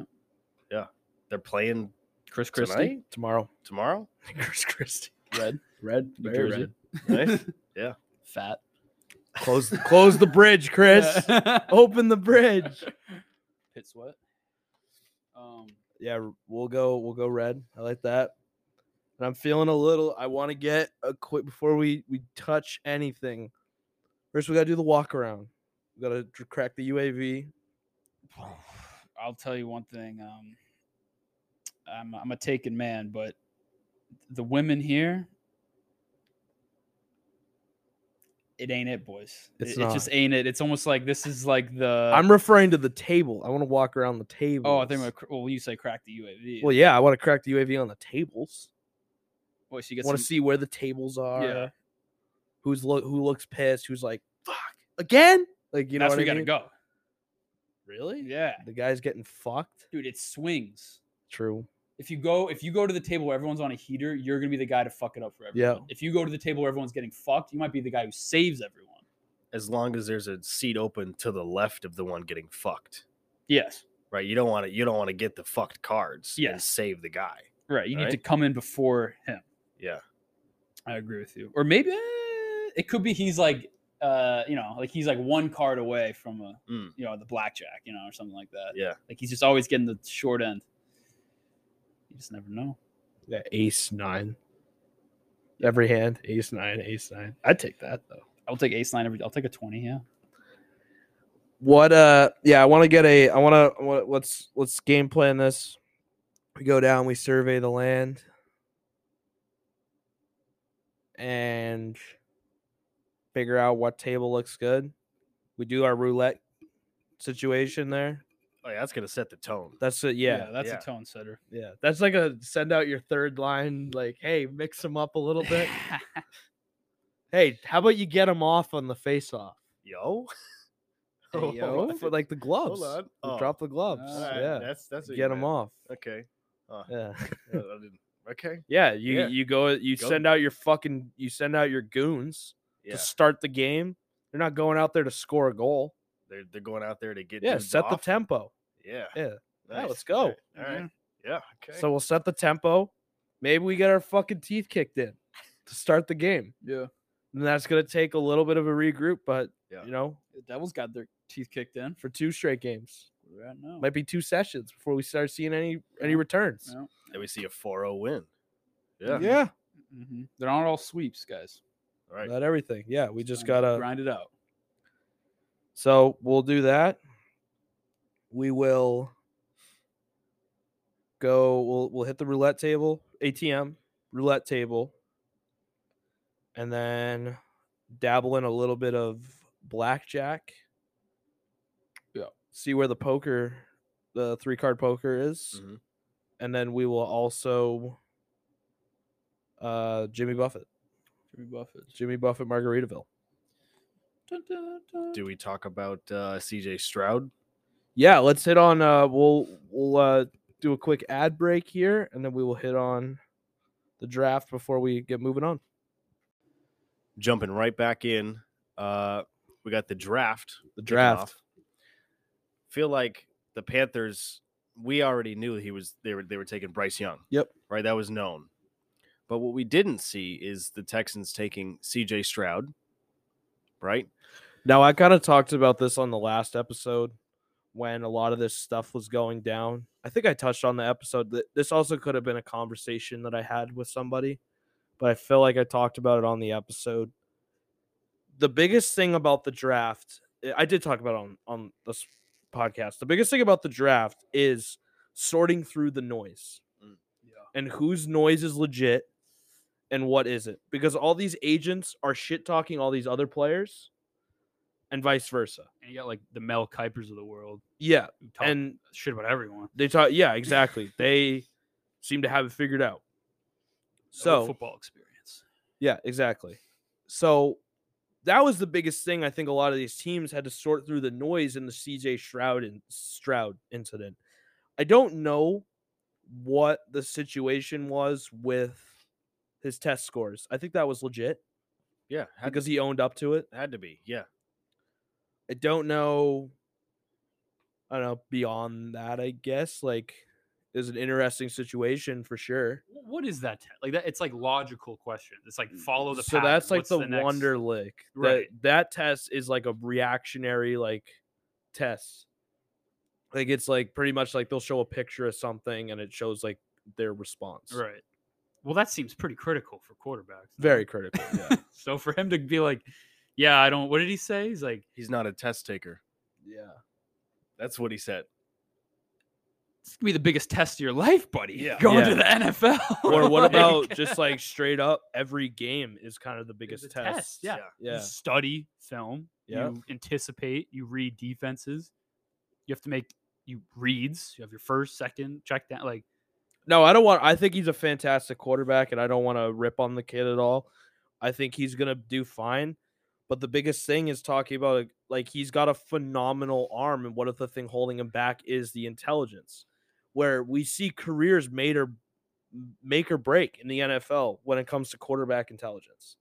Speaker 3: Yeah.
Speaker 1: They're playing
Speaker 3: Chris Christie,
Speaker 1: tonight,
Speaker 2: Tomorrow.
Speaker 1: tomorrow.
Speaker 2: Chris Christie.
Speaker 3: red, red, New
Speaker 2: very
Speaker 3: Jersey,
Speaker 1: red. Nice. Yeah.
Speaker 3: fat.
Speaker 2: Close close the bridge, Chris. Open the bridge.
Speaker 3: Pit sweat. Um,
Speaker 2: Yeah, r- we'll go we'll go red. I like that. And I'm feeling a little I want to get a quick before we we touch anything. First we got to do the walk around. We got to crack the UAV.
Speaker 3: I'll tell you one thing. Um, I'm I'm a taken man, but the women here, it ain't it, boys.
Speaker 2: It's
Speaker 3: it, it just ain't it. It's almost like this is like the.
Speaker 2: I'm referring to the table. I want to walk around the table.
Speaker 3: oh, I think. we're- Well, you say crack the UAV.
Speaker 2: Well, yeah, I want to crack the UAV on the tables.
Speaker 3: Boy, so you get
Speaker 2: want to
Speaker 3: some-
Speaker 2: see where the tables are.
Speaker 3: Yeah,
Speaker 2: Who's look who looks pissed, who's like, "Fuck, again?" Like, you know
Speaker 3: that's
Speaker 2: what I
Speaker 3: where you gotta
Speaker 2: mean?
Speaker 3: go.
Speaker 2: Really?
Speaker 3: Yeah,
Speaker 2: The guy's getting fucked.
Speaker 3: dude, it swings.
Speaker 2: True.
Speaker 3: if you go if you go to the table where everyone's on a heater, you're gonna be the guy to fuck it up for
Speaker 2: Yeah.
Speaker 3: everyone. If you go to the table where everyone's getting fucked, you might be the guy who saves everyone.
Speaker 1: as long as there's a seat open to the left of the one getting fucked,
Speaker 3: Yes.
Speaker 1: right? You don't want to you don't want to get the fucked cards
Speaker 3: Yeah.
Speaker 1: and save the guy.
Speaker 3: Right. You need to
Speaker 1: Right?
Speaker 3: come in before him.
Speaker 1: Yeah.
Speaker 3: I agree with you. Or maybe eh, it could be he's like uh you know like he's like one card away from a
Speaker 1: Mm.
Speaker 3: you know the blackjack you know or something like that.
Speaker 1: Yeah.
Speaker 3: Like he's just always getting the short end. You just never know.
Speaker 2: The ace nine. Every hand, ace nine, ace nine. I'd take that though.
Speaker 3: I'll take ace nine every. I'll take a twenty. Yeah.
Speaker 2: What uh yeah, I wanna get a I wanna what let's let's game plan this. We go down, we survey the land. And figure out what table looks good. We do our roulette situation there.
Speaker 1: Oh, yeah, that's gonna set the tone.
Speaker 2: That's it, yeah.
Speaker 3: that's
Speaker 1: yeah.
Speaker 3: a tone setter.
Speaker 2: Yeah, that's like a send out your third line, like, hey, mix them up a little bit. hey, how about you get them off on the face off?
Speaker 1: Yo,
Speaker 2: Hey, yo,
Speaker 1: What?
Speaker 2: for, like the gloves.
Speaker 1: hold on.
Speaker 2: You
Speaker 1: Oh,
Speaker 2: Drop the gloves.
Speaker 1: all right,
Speaker 2: yeah,
Speaker 1: that's that's what you
Speaker 2: get them
Speaker 1: meant.
Speaker 2: off.
Speaker 1: Okay,
Speaker 2: Yeah,
Speaker 1: Uh, I didn't- okay,
Speaker 2: yeah. You
Speaker 1: Yeah.
Speaker 2: you go. You
Speaker 1: Go.
Speaker 2: send out your fucking. You send out your goons
Speaker 1: yeah,
Speaker 2: to start the game. They're not going out there to score a goal.
Speaker 1: they're they're going out there to get
Speaker 2: yeah,
Speaker 1: dudes
Speaker 2: set the
Speaker 1: off.
Speaker 2: tempo.
Speaker 1: Yeah,
Speaker 2: Yeah, yeah,
Speaker 1: nice.
Speaker 2: let's go. Mm-hmm.
Speaker 1: All right.
Speaker 3: Mhm.
Speaker 1: yeah, okay.
Speaker 2: So we'll set the tempo. Maybe we get our fucking teeth kicked in to start the game.
Speaker 3: Yeah.
Speaker 2: And that's gonna take a little bit of a regroup, but
Speaker 1: Yeah.
Speaker 2: you know,
Speaker 3: The Devils got their teeth kicked in.
Speaker 2: for two straight games.
Speaker 3: What do I know?
Speaker 2: Might be two sessions before we start seeing any any
Speaker 3: Yeah.
Speaker 2: returns.
Speaker 3: No.
Speaker 1: and we see a 4-0 win. Yeah,
Speaker 3: Mhm. They're not all sweeps, guys.
Speaker 1: all right.
Speaker 2: Not everything. Yeah, we just
Speaker 3: Grind-
Speaker 2: gotta.
Speaker 3: grind it out.
Speaker 2: So we'll do that. We will go. We'll we'll hit the roulette table, ATM roulette table, and then dabble in a little bit of blackjack.
Speaker 3: Yeah.
Speaker 2: See where the poker, the three card poker is.
Speaker 1: Mhm.
Speaker 2: and then we will also uh Jimmy Buffett.
Speaker 3: Jimmy Buffett.
Speaker 2: Jimmy Buffett Margaritaville.
Speaker 3: Dun, dun, dun.
Speaker 1: Do we talk about uh, CJ Stroud?
Speaker 2: Yeah, let's hit on uh we'll we'll uh do a quick ad break here and then we will hit on the draft before we get moving on.
Speaker 1: Jumping right back in. Uh, we got the draft
Speaker 2: The
Speaker 1: kicking
Speaker 2: draft.
Speaker 1: off. Feel like the Panthers. We already knew he was. They were. They were taking Bryce Young.
Speaker 2: Yep.
Speaker 1: Right. That was known. But what we didn't see is the Texans taking C.J. Stroud. Right.
Speaker 2: Now I kind of talked about this on the last episode when a lot of this stuff was going down. I think I touched on the episode that this also could have been a conversation that I had with somebody, but I feel like I talked about it on the episode. The biggest thing about the draft, eh, I- I did talk about it on on this podcast. The biggest thing about the draft is sorting through the noise and whose noise is legit and what isn't because all these agents are shit talking all these other players and vice versa.
Speaker 3: And you got like the Mel Kipers of the world
Speaker 2: Yeah,
Speaker 3: who talk
Speaker 2: and
Speaker 3: shit about everyone.
Speaker 2: they talk. Yeah, exactly. they seem to have it figured out.
Speaker 3: No
Speaker 2: So
Speaker 3: football experience.
Speaker 2: yeah, exactly. So that was the biggest thing I think a lot of these teams had to sort through the noise in the CJ Stroud and Stroud incident. I don't know what the situation was with his test scores. I think that was legit
Speaker 1: Yeah. Had,
Speaker 2: because he owned up to it.
Speaker 1: had to be. Yeah.
Speaker 2: I don't know. I don't know beyond that. I guess like is an interesting situation for sure.
Speaker 3: Wh- What is that? te- Like that? It's like logical question. It's like follow the.
Speaker 2: so that's
Speaker 3: pattern.
Speaker 2: like
Speaker 3: What's
Speaker 2: the,
Speaker 3: next-
Speaker 2: wonder lick. That-
Speaker 3: Right.
Speaker 2: That test is like a reactionary like test. Like it's like pretty much like they'll show a picture of something and it shows like their response.
Speaker 3: Right. Well, that seems pretty critical for quarterbacks. no?
Speaker 2: Very critical. Yeah.
Speaker 3: so for him to be like, yeah, I don't. What did he say? He's like,
Speaker 1: He's not a test taker.
Speaker 2: yeah.
Speaker 1: That's what he said.
Speaker 3: it's gonna be the biggest test of your life, buddy.
Speaker 1: Yeah.
Speaker 3: Going
Speaker 2: Yeah.
Speaker 3: to the NFL.
Speaker 2: Or what
Speaker 3: Like,
Speaker 2: about just like straight up every game is kind of the biggest
Speaker 3: a
Speaker 2: test.
Speaker 3: test, yeah.
Speaker 2: Yeah.
Speaker 3: You study film.
Speaker 2: Yeah.
Speaker 3: You anticipate. You read defenses. You have to make you reads. You have your first, second, check down. Like
Speaker 2: No, I don't want. I think he's a fantastic quarterback, and I don't want to rip on the kid at all. I think he's gonna do fine. But the biggest thing is talking about like, like he's got a phenomenal arm, and what if the thing holding him back is the intelligence? where we see careers made or make or break in the NFL when it comes to quarterback intelligence.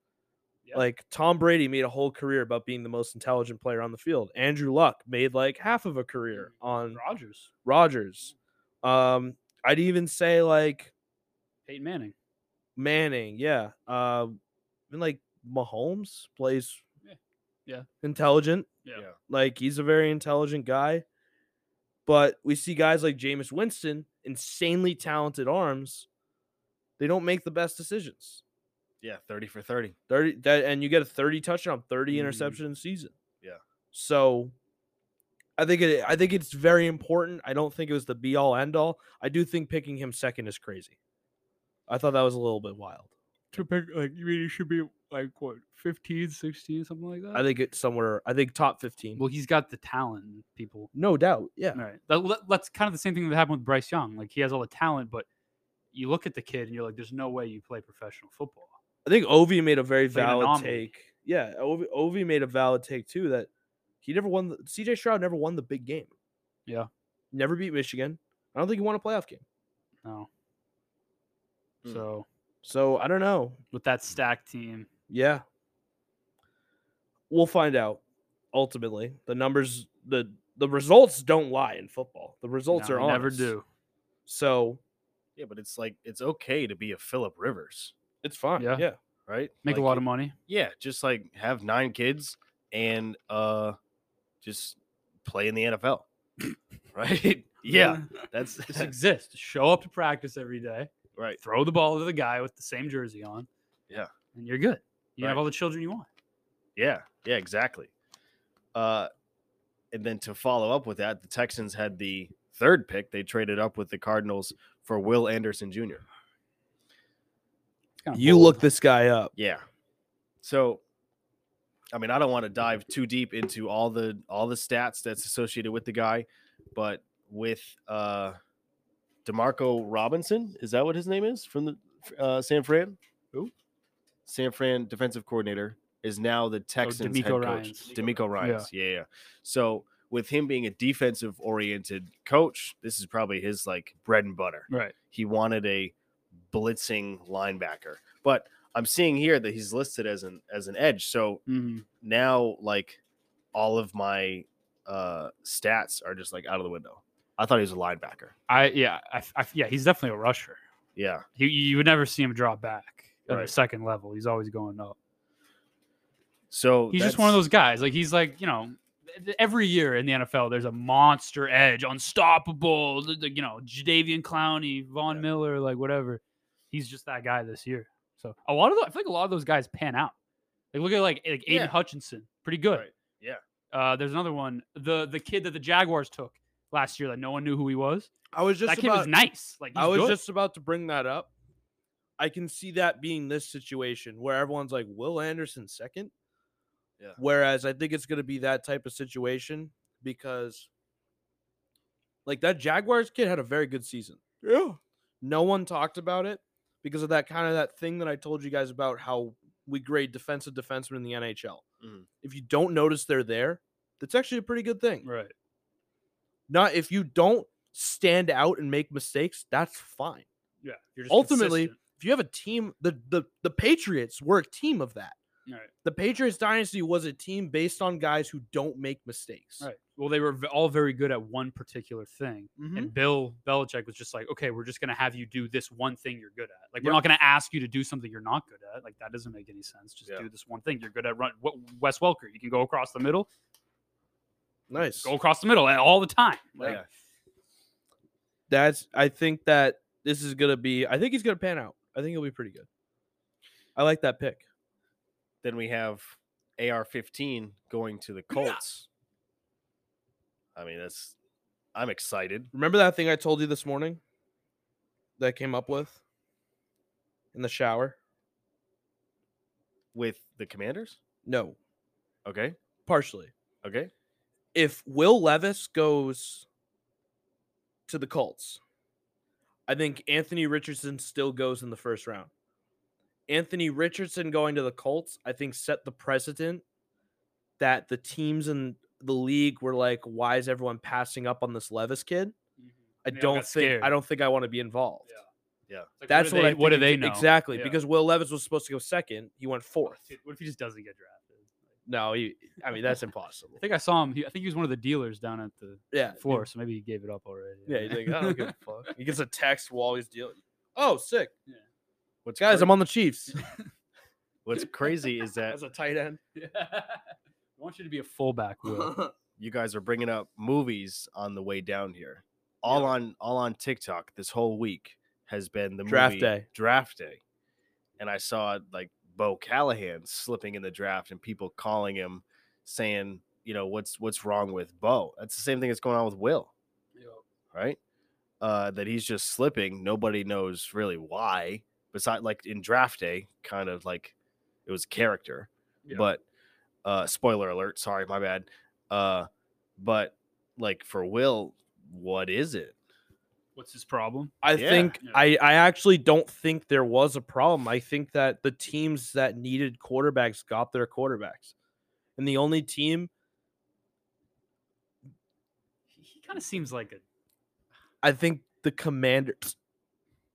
Speaker 3: Yeah.
Speaker 2: Like Tom Brady made a whole career about being the most intelligent player on the field. Andrew Luck made like half of a career
Speaker 3: Mm-hmm.
Speaker 2: on
Speaker 3: Rogers,
Speaker 2: Rodgers. Um, I'd even say like
Speaker 3: Peyton Manning.
Speaker 2: Manning, yeah. Uh, even like Mahomes plays,
Speaker 3: Yeah. Yeah.
Speaker 2: intelligent.
Speaker 3: Yeah.
Speaker 1: Yeah.
Speaker 2: like he's a very intelligent guy. But we see guys like Jameis Winston, insanely talented arms. They don't make the best decisions.
Speaker 1: Yeah, thirty for thirty.
Speaker 2: Thirty that, and you get a thirty touchdown, 30
Speaker 3: Mhm.
Speaker 2: interception season.
Speaker 1: Yeah.
Speaker 2: So, I think it. I think it's very important. I don't think it was the be all end all. I do think picking him second is crazy. I thought that was a little bit wild.
Speaker 3: To pick, like, you mean he should be like what, 15, 16, something like that?
Speaker 2: I think it's somewhere. I think top fifteen.
Speaker 3: Well, he's got the talent, people.
Speaker 2: no doubt. Yeah.
Speaker 3: All right. That, well, that- that's kind of the same thing that happened with Bryce Young. Like, he has all the talent, but you look at the kid and you're like, there's no way you play professional football.
Speaker 2: I think Ovi made a very
Speaker 3: Like an
Speaker 2: valid
Speaker 3: anomaly.
Speaker 2: take. Yeah, Ovi, Ovi made a valid take too that he never won. The, CJ Stroud never won the big game.
Speaker 3: Yeah.
Speaker 2: never beat Michigan. I don't think he won a playoff game.
Speaker 3: No.
Speaker 1: Hmm.
Speaker 3: So,
Speaker 2: So I don't know.
Speaker 3: with that stacked team,
Speaker 2: Yeah, we'll find out. Ultimately, the numbers, the the results don't lie in football. The results
Speaker 3: no,
Speaker 2: are
Speaker 3: you never
Speaker 2: honest.
Speaker 3: do.
Speaker 2: So
Speaker 1: Yeah, but it's like it's okay to be a Philip Rivers,
Speaker 2: it's fine.
Speaker 3: Yeah.
Speaker 2: Yeah,
Speaker 1: right?
Speaker 3: Make a
Speaker 1: Like,
Speaker 3: lot of money.
Speaker 1: Yeah, just like have nine kids and uh just play in the NFL. right? Yeah. That's
Speaker 3: Just exist. Show up to practice every day.
Speaker 1: right.
Speaker 3: Throw the ball to the guy with the same jersey on.
Speaker 1: Yeah.
Speaker 3: And you're good. You can have
Speaker 1: Right.
Speaker 3: all the children you want.
Speaker 1: Yeah, yeah, exactly. Uh, and then to follow up with that, the Texans had the third pick. They traded up with the Cardinals for Will Anderson Jr.
Speaker 3: It's kinda
Speaker 2: you
Speaker 3: bold.
Speaker 2: look this guy up.
Speaker 1: Yeah. So, I mean, I don't want to dive too deep into all the all the stats that's associated with the guy, but with uh, Demarco Robinson, is that what his name is from the uh, San Fran?
Speaker 3: Who?
Speaker 1: San Fran defensive coordinator is now the Texans head
Speaker 3: Oh, D'Amico
Speaker 1: coach.
Speaker 3: Ryans.
Speaker 1: D'Amico Ryan's. Yeah. yeah, So with him being a defensive oriented coach, this is probably his like bread and butter.
Speaker 3: Right.
Speaker 1: He wanted a blitzing linebacker, but I'm seeing here that he's listed as an as an edge. So
Speaker 3: Mhm.
Speaker 1: now like all of my uh stats are just like out of the window. I thought he was a linebacker.
Speaker 3: I yeah. I, f- I f- yeah. He's definitely a rusher.
Speaker 1: Yeah.
Speaker 3: He, you would never see him drop back on the
Speaker 1: Right.
Speaker 3: second level. He's always going up.
Speaker 1: So
Speaker 3: He's just one of
Speaker 1: that's-
Speaker 3: those guys. Like he's like you know. th- Every year in the NFL, there's a monster edge, unstoppable. th- th- You know, Jadavian Clowney, Von
Speaker 1: Yeah.
Speaker 3: Miller, like whatever. He's just that guy this year. So a lot of the, I feel like a lot of those guys pan out. Like look at like, like Aiden
Speaker 1: Yeah.
Speaker 3: Hutchinson, pretty good.
Speaker 1: Right. Yeah.
Speaker 3: Uh, there's another one, the the kid that the Jaguars took last year that no one knew who he was.
Speaker 2: I was just
Speaker 3: that kid
Speaker 2: about,
Speaker 3: was nice. Like he's
Speaker 2: I was
Speaker 3: good.
Speaker 2: just about to bring that up. I can see that being this situation where everyone's like Will Anderson second.
Speaker 1: Yeah.
Speaker 2: Whereas I think it's going to be that type of situation because like that Jaguars kid had a very good season. Yeah. No one talked about it because of that kind of that thing that I told you guys about how we grade defensive defensemen in the NHL.
Speaker 3: Mm-hmm.
Speaker 1: Mhm.
Speaker 2: If you don't notice they're there, that's actually a pretty good thing.
Speaker 3: right.
Speaker 2: Not if you don't stand out and make mistakes, that's fine
Speaker 3: Yeah. You're
Speaker 2: ultimately, if you have a team, the, the the Patriots were a team of that.
Speaker 3: All right.
Speaker 2: The Patriots dynasty was a team based on guys who don't make mistakes.
Speaker 3: Right. Well, they were v- all very good at one particular thing,
Speaker 2: Mhm.
Speaker 3: and Bill Belichick was just like, "Okay, we're just going to have you do this one thing you're good at. Like, we're
Speaker 2: Yeah.
Speaker 3: not going to ask you to do something you're not good at. Like, that doesn't make any sense. Just
Speaker 1: Yeah.
Speaker 3: do this one thing you're good at. Run what, Wes Welker. You can go across the middle.
Speaker 2: Nice.
Speaker 3: Go across the middle a- all the time. Like,
Speaker 1: yeah.
Speaker 2: That's. I think that this is gonna be. I think he's gonna pan out. I think he'll be pretty good. I like that pick.
Speaker 1: Then we have AR-15 going to the Colts. I mean, that's I'm excited.
Speaker 2: Remember that thing I told you this morning that I came up with in the shower?
Speaker 1: with the commanders
Speaker 2: No,
Speaker 1: okay
Speaker 2: partially.
Speaker 1: okay
Speaker 2: if Will Levis goes to the Colts, I think Anthony Richardson still goes in the first round. Anthony Richardson going to the Colts, I think, set the precedent that the teams in the league were like, why is everyone passing up on this Levis kid? I
Speaker 3: mm-hmm. They all
Speaker 2: don't
Speaker 3: got
Speaker 2: think
Speaker 3: scared.
Speaker 2: I don't think I want to be involved.
Speaker 3: Yeah. It's like,
Speaker 2: That's
Speaker 3: do
Speaker 2: what
Speaker 3: they,
Speaker 2: I
Speaker 3: What do
Speaker 2: think
Speaker 3: they
Speaker 2: it's-
Speaker 3: know?
Speaker 2: exactly?
Speaker 3: Yeah.
Speaker 2: Because Will Levis was supposed to go second, he went fourth.
Speaker 3: Dude, what if he just doesn't get drafted?
Speaker 2: No, he, I mean that's impossible.
Speaker 3: I think I saw him. He, I think he was one of the dealers down at the
Speaker 2: Yeah,
Speaker 3: floor, so maybe he gave it up already.
Speaker 2: Yeah, he's like, I don't give a fuck. He gets a text while he's dealing. Oh, sick.
Speaker 1: What's
Speaker 2: Guys,
Speaker 1: cra-
Speaker 2: I'm on the Chiefs.
Speaker 1: what's crazy is that
Speaker 2: As a tight end.
Speaker 3: Yeah. I want you to be a fullback,
Speaker 2: Uh-huh.
Speaker 3: Will.
Speaker 1: you guys are bringing up movies on the way down here. All on all on TikTok this whole week has been the
Speaker 2: Draft
Speaker 1: movie
Speaker 2: Day.
Speaker 1: Draft day, and I saw like Bo Callahan slipping in the draft, and people calling him saying, you know, what's what's wrong with Bo? That's the same thing that's going on with Will, right? Uh, that he's just slipping. Nobody knows really why. Besides, like in draft day, kind of like it was character but uh spoiler alert sorry my bad uh but like for will what is it
Speaker 3: what's his problem?
Speaker 2: I
Speaker 1: Yeah.
Speaker 2: think
Speaker 3: Yeah.
Speaker 2: I, I actually don't think there was a problem. I think that the teams that needed quarterbacks got their quarterbacks. And the only team
Speaker 3: He, kind of seems like a.
Speaker 2: I think the commanders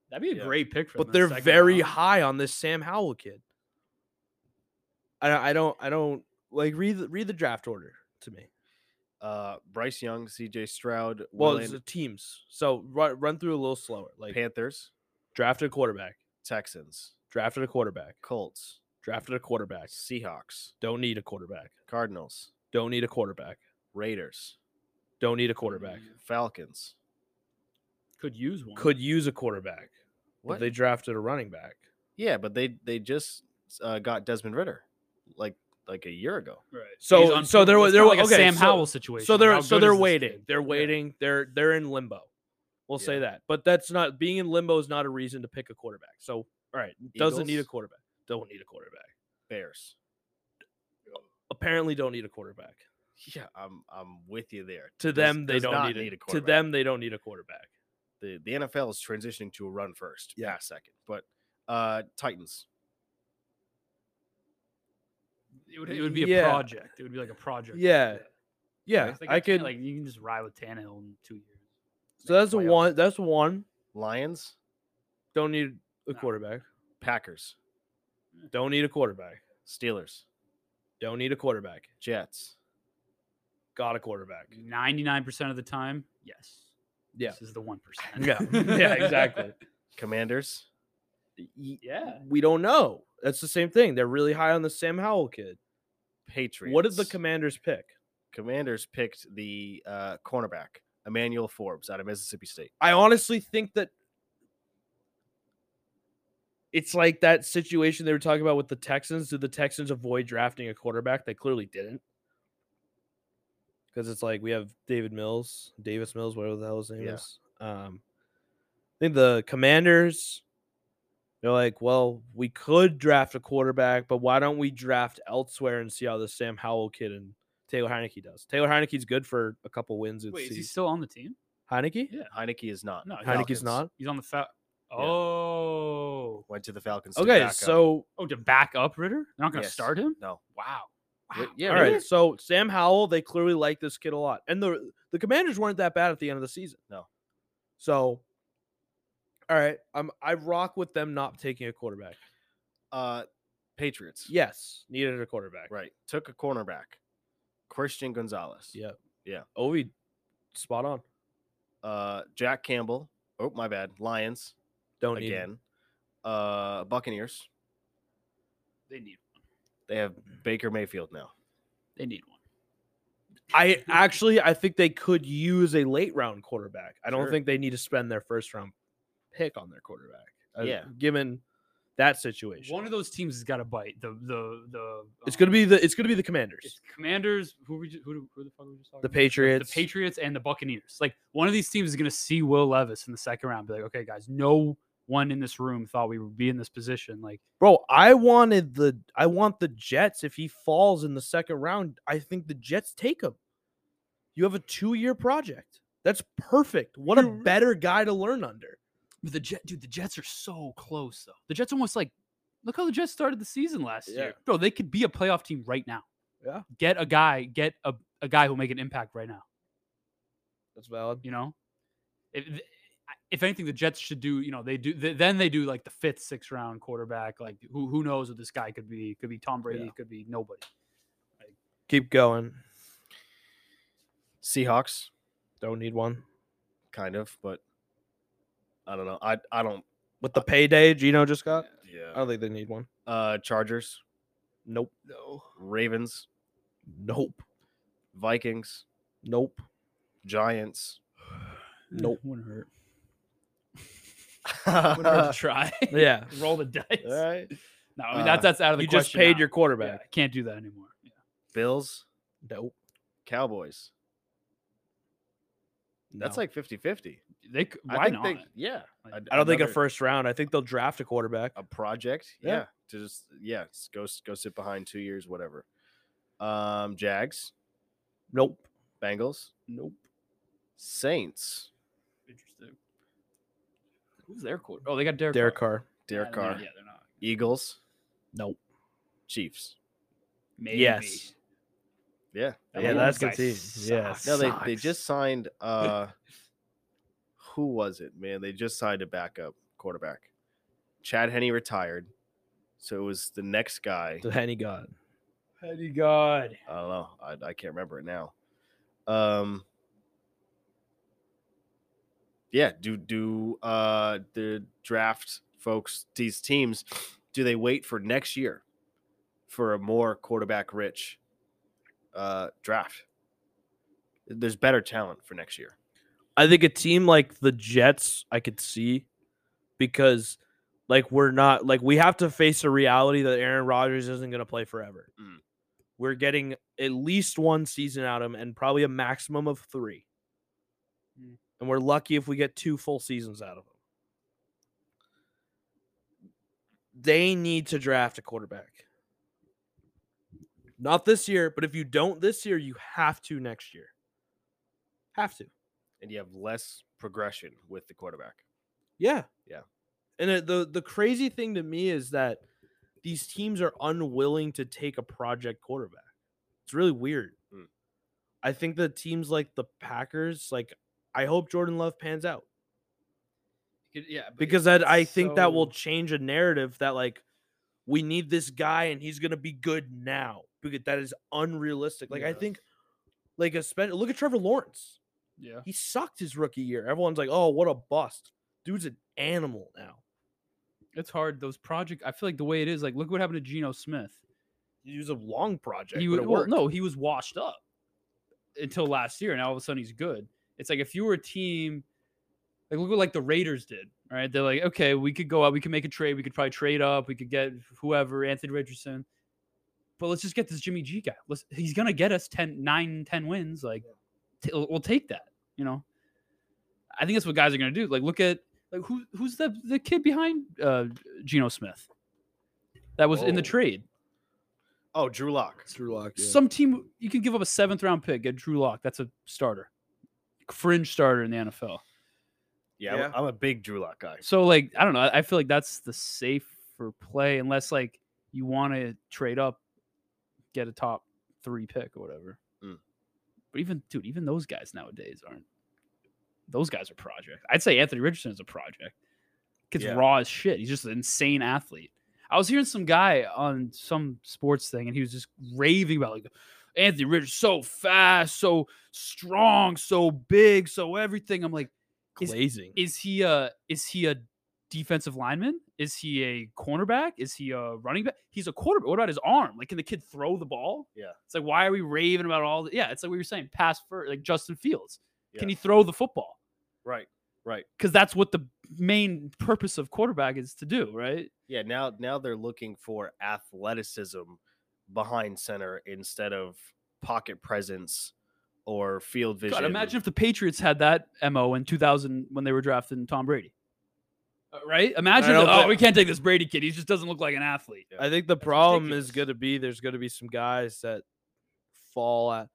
Speaker 3: That'd be a
Speaker 1: Yeah.
Speaker 3: great pick for. him
Speaker 2: but
Speaker 3: in
Speaker 2: they're
Speaker 3: the second
Speaker 2: very
Speaker 3: round.
Speaker 2: high on this Sam Howell kid. I don't I don't I don't like read the read the draft order to me.
Speaker 1: uh bryce young cj stroud
Speaker 2: Well,
Speaker 1: Will
Speaker 2: it's the
Speaker 1: Ander-
Speaker 2: teams. So run, run through a little slower. Like
Speaker 1: panthers
Speaker 2: drafted a quarterback,
Speaker 1: texans
Speaker 2: drafted a quarterback,
Speaker 1: colts
Speaker 2: drafted a quarterback.
Speaker 1: seahawks
Speaker 2: Don't need a quarterback.
Speaker 1: cardinals
Speaker 2: Don't need a quarterback.
Speaker 1: raiders
Speaker 2: Don't need a quarterback.
Speaker 1: falcons
Speaker 3: Could use Mm, one.
Speaker 2: Could use a quarterback.
Speaker 1: what
Speaker 2: But they drafted a running back.
Speaker 1: yeah but they they just uh, got desmond ritter like like a year ago
Speaker 3: Right.
Speaker 2: So-
Speaker 3: he's on
Speaker 2: so there
Speaker 3: pro-
Speaker 2: was-
Speaker 3: it's
Speaker 2: there
Speaker 3: kinda
Speaker 2: was-
Speaker 3: like a
Speaker 2: okay,
Speaker 3: Sam
Speaker 2: so-
Speaker 3: Howell situation.
Speaker 2: So
Speaker 3: like, how
Speaker 2: they're so
Speaker 3: good
Speaker 2: they're
Speaker 3: is this
Speaker 2: waiting.
Speaker 3: kid?
Speaker 2: They're
Speaker 3: Yeah.
Speaker 2: waiting. They're they're in limbo. We'll say
Speaker 1: Yeah.
Speaker 2: that. But that's not being in limbo is not a reason to pick a quarterback. So all right, doesn't need a
Speaker 1: Eagles?
Speaker 2: quarterback. Don't need a quarterback.
Speaker 1: bears
Speaker 2: Apparently don't need a quarterback.
Speaker 1: yeah i'm i'm with you there
Speaker 2: To
Speaker 1: Does-
Speaker 2: them they
Speaker 1: does
Speaker 2: don't
Speaker 1: not
Speaker 2: need, a, To
Speaker 1: quarterback.
Speaker 2: them they don't need a quarterback.
Speaker 1: the, the NFL is transitioning to a run first,
Speaker 2: Yeah.
Speaker 1: pass second. But uh Titans,
Speaker 3: It would, it would be a
Speaker 2: Yeah.
Speaker 3: project. It would be like a project.
Speaker 2: Yeah. Yeah,
Speaker 3: It's like,
Speaker 2: I
Speaker 3: you can't,
Speaker 2: could
Speaker 3: like you can just ride with Tannehill in two years.
Speaker 2: So that's a
Speaker 1: playoffs.
Speaker 2: one. That's one.
Speaker 1: Lions,
Speaker 2: Don't need a
Speaker 3: No.
Speaker 2: quarterback.
Speaker 1: Packers,
Speaker 2: Don't need a quarterback.
Speaker 1: Steelers,
Speaker 2: Don't need a quarterback.
Speaker 1: Jets,
Speaker 2: Got a quarterback.
Speaker 3: Ninety nine percent of the time, yes.
Speaker 2: Yeah.
Speaker 3: This is the one percent.
Speaker 2: Yeah. Yeah, exactly.
Speaker 1: Commanders.
Speaker 3: Yeah.
Speaker 2: We don't know. That's the same thing. They're really high on the Sam Howell kid.
Speaker 1: Patriots.
Speaker 2: What did the commanders pick?
Speaker 1: Commanders picked the uh cornerback, Emmanuel Forbes out of Mississippi State.
Speaker 2: I honestly think that it's like that situation they were talking about with the Texans. Did the Texans avoid drafting a quarterback? They clearly didn't. Because it's like we have David Mills, Davis Mills, whatever the hell his name
Speaker 1: Yeah.
Speaker 2: is. Um, I think the commanders, they're like, well, we could draft a quarterback, but why don't we draft elsewhere and see how the Sam Howell kid and Taylor Heineke does? Taylor Heineke's good for a couple wins. It's
Speaker 3: Wait, is he still on the team?
Speaker 2: Heineke?
Speaker 3: Yeah.
Speaker 1: Heineke is not.
Speaker 3: No,
Speaker 1: the
Speaker 3: Heineke's
Speaker 2: Heineke's
Speaker 1: Falcons.
Speaker 2: not.
Speaker 3: He's on the fa- Oh.
Speaker 1: Went to the Falcons. to
Speaker 2: Okay,
Speaker 1: back up.
Speaker 2: so
Speaker 3: Oh, to back up Ritter? They're not going to
Speaker 1: Yes.
Speaker 3: start him?
Speaker 1: no.
Speaker 3: Wow.
Speaker 1: Ri-
Speaker 3: Wow.
Speaker 1: yeah,
Speaker 2: all
Speaker 1: Ritter-
Speaker 2: right, so Sam Howell, they clearly like this kid a lot, and the the Commanders weren't that bad at the end of the season.
Speaker 1: No.
Speaker 2: so all right, I'm I rock with them not taking a quarterback.
Speaker 1: Uh Patriots.
Speaker 2: Yes, needed a quarterback.
Speaker 1: Right. Took a cornerback. Christian Gonzalez.
Speaker 2: Yeah.
Speaker 1: Yeah.
Speaker 2: Ovi, spot on.
Speaker 1: Uh Jack Campbell. Oh, my bad. Lions.
Speaker 2: Don't need him.
Speaker 1: again. Uh, Buccaneers.
Speaker 3: They need one.
Speaker 1: They have
Speaker 2: Mm.
Speaker 1: Baker Mayfield now.
Speaker 3: They need one.
Speaker 2: I actually I think they could use a late round quarterback. I don't
Speaker 1: Sure.
Speaker 2: think they need to spend their first round pick on their quarterback. uh,
Speaker 1: Yeah.
Speaker 2: given that situation,
Speaker 3: One of those teams has got to bite. The the the
Speaker 2: it's gonna
Speaker 3: um,
Speaker 2: be the it's gonna be the Commanders.
Speaker 3: it's Commanders. Who were we just, who, do- who the fuck were we just talking?
Speaker 2: the
Speaker 3: about? The-
Speaker 2: Patriots.
Speaker 3: The Patriots and the Buccaneers. Like one of these teams is going to see Will Levis in the second round. Be like, okay, guys, no one in this room thought we would be in this position. Like,
Speaker 2: Bro, I wanted the I want the Jets. If he falls in the second round, I think the Jets take him. You have a two-year project. That's perfect. What a
Speaker 3: You-
Speaker 2: better guy to learn under.
Speaker 3: but the Jet, dude, the Jets are so close though. The Jets almost like, look how the Jets started the season last
Speaker 2: Yeah.
Speaker 3: year, bro. They could be a playoff team right now.
Speaker 2: Yeah.
Speaker 3: get a guy, get a, a guy who'll make an impact right now.
Speaker 2: That's valid.
Speaker 3: You know, If, if anything, the Jets should do. You know, they do. th- Then they do like the fifth, sixth round quarterback. Like who who knows what this guy could be? Could be Tom Brady.
Speaker 2: Yeah.
Speaker 3: Could be nobody.
Speaker 2: Keep going.
Speaker 1: Seahawks,
Speaker 2: Don't need one.
Speaker 1: kind of, but I don't know. I I don't.
Speaker 2: With the payday Gino just got, I
Speaker 1: Yeah.
Speaker 2: don't think they need one.
Speaker 1: Uh, Chargers,
Speaker 2: Nope. No.
Speaker 1: Ravens,
Speaker 2: Nope.
Speaker 1: Vikings,
Speaker 2: Nope.
Speaker 1: Giants.
Speaker 2: Nope.
Speaker 3: Wouldn't hurt. Wouldn't hurt
Speaker 1: All
Speaker 3: to try.
Speaker 2: Yeah.
Speaker 3: Roll the dice.
Speaker 1: right.
Speaker 3: No, I mean
Speaker 1: Uh,
Speaker 3: that's that's out of the
Speaker 2: You
Speaker 3: question.
Speaker 2: just paid
Speaker 3: now.
Speaker 2: your
Speaker 3: Yeah,
Speaker 2: quarterback.
Speaker 3: I can't do that anymore. Yeah.
Speaker 1: Bills,
Speaker 2: Nope.
Speaker 1: Cowboys. That's
Speaker 2: No.
Speaker 1: like 50-50.
Speaker 3: They c- why
Speaker 1: I think
Speaker 3: not?
Speaker 1: they yeah.
Speaker 3: Like,
Speaker 1: a-
Speaker 2: I don't think a
Speaker 1: another-
Speaker 2: first round. I think they'll draft a quarterback.
Speaker 1: a project. Yeah.
Speaker 2: Yeah.
Speaker 1: To just yeah, s- go s- go sit behind two years, whatever. Um, Jags,
Speaker 2: Nope.
Speaker 1: Bengals,
Speaker 2: Nope.
Speaker 1: Saints,
Speaker 3: Interesting. Who's their quarter? Oh, they got Derek.
Speaker 2: Derek Carr.
Speaker 1: Derek
Speaker 3: Yeah, they're not-
Speaker 1: Carr,
Speaker 3: Yeah, they're not.
Speaker 1: Eagles,
Speaker 2: Nope.
Speaker 1: Chiefs.
Speaker 3: Maybe.
Speaker 2: Yes.
Speaker 1: Yeah.
Speaker 3: That
Speaker 2: Yeah,
Speaker 3: Mahomes
Speaker 2: that's the
Speaker 3: guy
Speaker 2: team. Yeah,
Speaker 3: sucks.
Speaker 1: No, they, they
Speaker 2: sucks.
Speaker 1: just signed uh who was it, man? They just signed a backup quarterback. Chad Henney retired. So it was the next guy.
Speaker 2: The Henny God.
Speaker 3: Petty God.
Speaker 1: I don't know. I, I can't remember it now. Um. Yeah. Do do uh the draft folks these teams? Do they wait for next year for a more quarterback rich uh draft? There's better talent for next year.
Speaker 2: I think a team like the Jets, I could see because like we're not like we have to face the reality that Aaron Rodgers isn't going to play forever.
Speaker 1: Mm.
Speaker 2: We're getting at least one season out of him and probably a maximum of 3.
Speaker 3: Mm.
Speaker 2: And we're lucky if we get two full seasons out of him. They need to draft a quarterback. Not this year, but if you don't this year, you have to next year. Have to.
Speaker 1: And you have less progression with the quarterback.
Speaker 2: Yeah.
Speaker 1: Yeah.
Speaker 2: And it- the the crazy thing to me is that these teams are unwilling to take a project quarterback. It's really weird.
Speaker 1: Mm.
Speaker 2: I think that teams like the Packers, like I hope Jordan Love pans out
Speaker 3: Could- Yeah, but it-
Speaker 2: because that I
Speaker 3: it's
Speaker 2: think that will
Speaker 3: so-
Speaker 2: change a narrative that like we need this guy and he's gonna be good now because that is unrealistic. Like I
Speaker 3: Yeah.
Speaker 2: think, like especially look at Trevor Lawrence.
Speaker 3: Yeah,
Speaker 2: He sucked his rookie year. Everyone's like, oh, what a bust. Dude's an animal now.
Speaker 3: it's hard. Those project. I feel like the way it is. Like, look what happened to Geno Smith.
Speaker 2: He was a long project.
Speaker 3: He
Speaker 2: but
Speaker 3: was
Speaker 2: it
Speaker 3: well,
Speaker 2: worked.
Speaker 3: no, he was washed up until last year, and all of a sudden he's good. It's like if you were a team, like look what like the Raiders did. Right? They're like, okay, we could go out, we could make a trade, we could probably trade up, we could get whoever Anthony Richardson. But let's just get this Jimmy G guy. Let's, he's gonna get us 10, 9, 10 wins. Like, t- we'll we'll take that. You know, I think that's what guys are gonna do. Like, look at like who who's the the kid behind uh Geno Smith that was in the
Speaker 1: Whoa.
Speaker 3: trade.
Speaker 1: Oh, Drew Lock.
Speaker 2: Drew Lock.
Speaker 3: Some team you can give up a seventh round pick, get Drew Lock. That's a starter, fringe starter in the NFL.
Speaker 1: Yeah, I'm a-
Speaker 2: Yeah.
Speaker 1: I'm a big Drew Lock guy.
Speaker 3: So like I don't know. I I feel like that's the safer play unless like you want to trade up, get a top three pick or whatever.
Speaker 1: Mm.
Speaker 3: But even dude, even those guys nowadays aren't. Those guys are project. I'd say Anthony Richardson is a project. Gets
Speaker 1: Yeah.
Speaker 3: raw as shit. He's just an insane athlete. I was hearing some guy on some sports thing, and he was just raving about like Anthony Richards so fast, so strong, so big, so everything. I'm like, is-
Speaker 2: glazing.
Speaker 3: is he a is he a defensive lineman? Is he a cornerback? Is he a running back? He's a quarterback. What about his arm? Like, can the kid throw the ball?
Speaker 1: Yeah.
Speaker 3: It's like, why are we raving about all? The, yeah, it's like we were saying, pass for like Justin Fields. Can
Speaker 1: Yeah.
Speaker 3: he throw the football?
Speaker 1: Right. Right.
Speaker 3: Because that's what the main purpose of quarterback is to do, right?
Speaker 1: Yeah, now now they're looking for athleticism behind center instead of pocket presence or field vision.
Speaker 3: God, imagine if the Patriots had that mo in 2000 when they were drafting Tom Brady. Uh, Right? Imagine.
Speaker 2: don't
Speaker 3: that, oh,
Speaker 2: thi-
Speaker 3: we can't take this Brady kid. He just doesn't look like an athlete.
Speaker 2: I think the problem is
Speaker 3: ridiculous.
Speaker 2: going to be there's going to be some guys that fall a-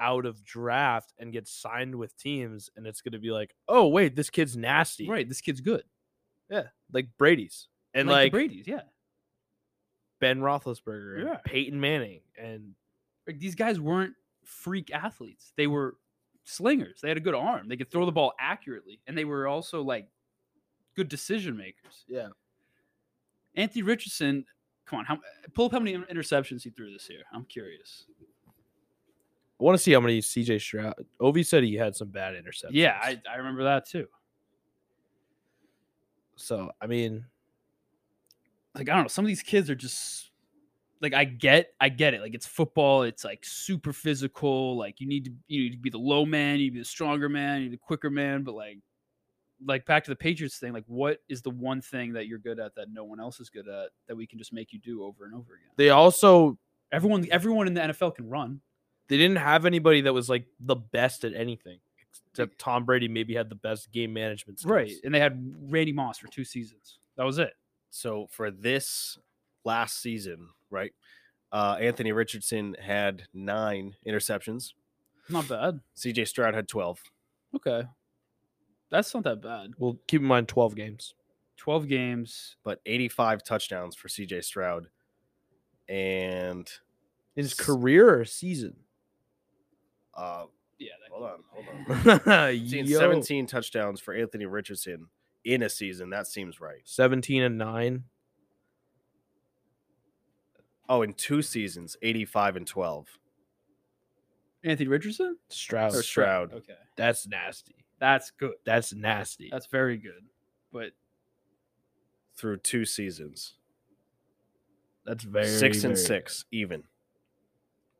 Speaker 2: out of draft and get signed with teams, and it's going to be like, oh wait, this kid's nasty,
Speaker 3: Right? This kid's good.
Speaker 2: Like Brady's and
Speaker 3: the
Speaker 2: like,
Speaker 3: Brady's, yeah.
Speaker 2: Ben Roethlisberger,
Speaker 3: Yeah.
Speaker 2: and Peyton Manning, and
Speaker 3: like these guys weren't freak athletes. They were slingers. They had a good arm. They could throw the ball accurately, and they were also like good decision makers.
Speaker 2: Yeah.
Speaker 3: Anthony Richardson, come on, how, pull up how many interceptions he threw this year. I'm curious.
Speaker 2: I want to see how many CJ Stroud. Ovi said he had some bad interceptions.
Speaker 3: Yeah, I, I remember that too.
Speaker 2: so I mean,
Speaker 3: like I don't know, some of these kids are just like I get I get it. Like it's football, it's like super physical, like you need to you need to be the low man, you need to be the stronger man, you need the quicker man, but like like back to the Patriots thing, like what is the one thing that you're good at that no one else is good at that we can just make you do over and over again?
Speaker 2: they also
Speaker 3: Everyone everyone in the NFL can run.
Speaker 2: they didn't have anybody that was like the best at anything. Except Tom Brady maybe had the best game management skills.
Speaker 3: And they had Randy Moss for two seasons. That was it.
Speaker 1: so for this last season, right? Uh, Anthony Richardson had nine interceptions.
Speaker 3: Not bad.
Speaker 1: CJ Stroud had twelve.
Speaker 3: Okay. That's not that bad.
Speaker 2: Well, keep in mind twelve games.
Speaker 3: 12 games.
Speaker 1: but 85 touchdowns for CJ Stroud. And
Speaker 2: In his
Speaker 1: S-
Speaker 2: career or season?
Speaker 1: uh,
Speaker 3: Yeah. that
Speaker 1: hold
Speaker 3: can't
Speaker 1: on,
Speaker 3: be
Speaker 1: hold
Speaker 3: bad.
Speaker 1: on. Seeing
Speaker 2: Yo.
Speaker 1: 17 touchdowns for Anthony Richardson in a season, that seems right.
Speaker 2: 17 and 9.
Speaker 1: Oh, in two seasons, 85 and 12.
Speaker 3: Anthony Richardson?
Speaker 2: Stroud.
Speaker 1: Or Stroud.
Speaker 3: Okay.
Speaker 2: That's nasty.
Speaker 3: That's good.
Speaker 2: That's nasty.
Speaker 3: That's very good. But
Speaker 1: Through two seasons,
Speaker 2: That's very
Speaker 1: six and
Speaker 2: very-
Speaker 1: six even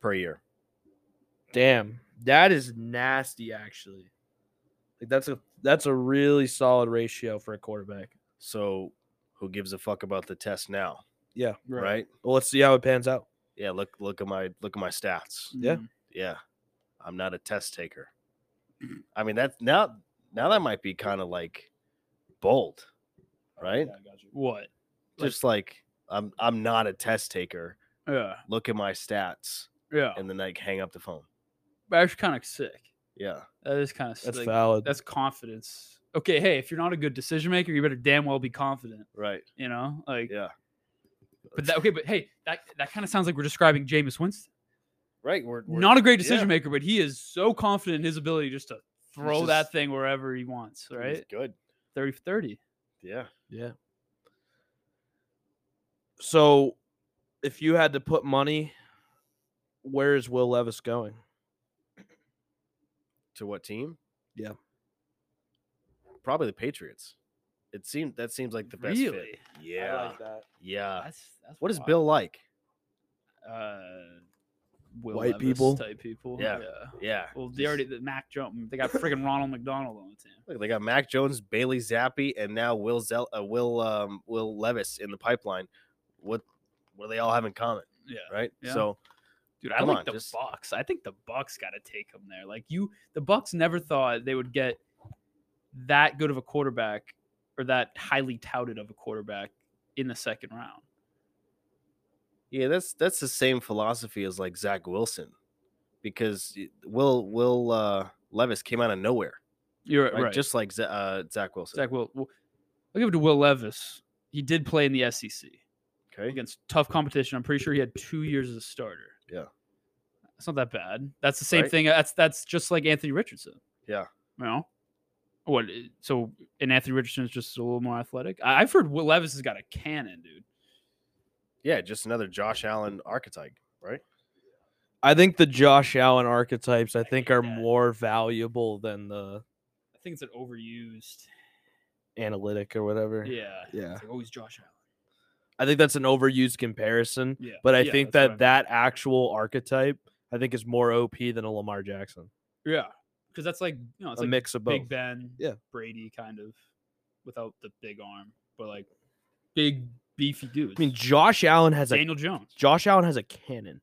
Speaker 1: per year.
Speaker 2: Damn. That is nasty actually. Like that's a that's a really solid ratio for a quarterback.
Speaker 1: So, who gives a fuck about the test now,
Speaker 2: Yeah.
Speaker 1: right?
Speaker 2: Well, let's see how it pans out.
Speaker 1: Yeah, look, look at my look at my stats.
Speaker 2: Yeah.
Speaker 3: Mm.
Speaker 1: Yeah, I'm not a test taker. I mean, that's now now that might be kind of like bold, right?
Speaker 3: What? Like-
Speaker 1: just like I'm I'm not a test taker.
Speaker 3: Yeah.
Speaker 1: Look at my stats
Speaker 3: Yeah.
Speaker 1: and then like hang up the phone.
Speaker 3: That's kind of sick.
Speaker 1: Yeah.
Speaker 3: That is kind of
Speaker 2: That's
Speaker 3: sick.
Speaker 2: valid.
Speaker 3: That's confidence. Okay. Hey, if you're not a good decision maker, you better damn well be confident.
Speaker 1: Right.
Speaker 3: You know, like,
Speaker 1: Yeah.
Speaker 3: but that, okay, but hey, that, that kind of sounds like we're describing Jameis Winston.
Speaker 1: Right. We're, we're-
Speaker 3: Not a great
Speaker 1: yeah.
Speaker 3: decision maker, but he is so confident in his ability just to throw
Speaker 1: just-
Speaker 3: that thing wherever he wants,
Speaker 1: He's
Speaker 3: right?
Speaker 1: Good.
Speaker 3: 30 for 30.
Speaker 1: Yeah.
Speaker 2: yeah. So, if you had to put money, where is Will Levis going?
Speaker 1: To what team?
Speaker 2: Yeah.
Speaker 1: Probably the Patriots. It seemed that seems like the best fit.
Speaker 3: Really?
Speaker 1: Yeah.
Speaker 2: that.
Speaker 1: yeah.
Speaker 3: That's, that's
Speaker 1: What is
Speaker 3: wild.
Speaker 1: Bill like?
Speaker 3: uh, Will
Speaker 2: White
Speaker 3: Levis
Speaker 2: people?
Speaker 3: type people.
Speaker 1: Yeah. Yeah.
Speaker 3: Well, they already the Mac Jump. They got freaking Ronald McDonald on the team.
Speaker 1: Look, they got Mac Jones, Bailey Zappi, and now Will Zel- uh, Will um, Will Levis in the pipeline. What what do they all have in common,
Speaker 3: Yeah,
Speaker 1: right?
Speaker 3: Yeah.
Speaker 1: So
Speaker 3: dude, I
Speaker 1: Come
Speaker 3: like
Speaker 1: on,
Speaker 3: the
Speaker 1: just-
Speaker 3: Bucks. I think the Bucks got to take him there. Like you, the Bucks never thought they would get that good of a quarterback or that highly touted of a quarterback in the second round.
Speaker 1: Yeah, that's that's the same philosophy as like Zach Wilson, because y- Will Will uh, Levis came out of nowhere,
Speaker 3: You're
Speaker 1: right? Just like Z- uh, Zach Wilson.
Speaker 3: Zach Will. Will- I'll give it to Will Levis. He did play in the E SEC.
Speaker 1: okay,
Speaker 3: against tough competition. I'm pretty sure he had two years as a starter.
Speaker 1: Yeah.
Speaker 3: that's not that bad. That's the same
Speaker 1: Right?
Speaker 3: thing. uh, That's that's just like Anthony Richardson.
Speaker 1: Yeah.
Speaker 3: You know? What? i- So, and Anthony Richardson is just a little more athletic. I, I've heard Will Levis has got a cannon, dude.
Speaker 1: yeah, just another Josh Allen archetype, right?
Speaker 2: I think the Josh Allen archetypes I think
Speaker 3: hate
Speaker 2: are
Speaker 3: that.
Speaker 2: more valuable than the
Speaker 3: I think it's an overused.
Speaker 2: analytic or whatever.
Speaker 3: Yeah.
Speaker 2: Yeah.
Speaker 3: It's like always Josh Allen.
Speaker 2: I think that's an overused comparison,
Speaker 3: Yeah.
Speaker 2: but I
Speaker 3: yeah,
Speaker 2: think that
Speaker 3: that's what I
Speaker 2: that actual archetype I think is more OP than a Lamar Jackson.
Speaker 3: mean. Yeah. Because that's like you know it's
Speaker 2: a
Speaker 3: like
Speaker 2: mix of both.
Speaker 3: Big Ben.
Speaker 2: Yeah.
Speaker 3: Brady kind of, without the big arm, but like big beefy dude.
Speaker 2: I mean Josh Allen has a
Speaker 3: Daniel Jones,
Speaker 2: Josh Allen has a cannon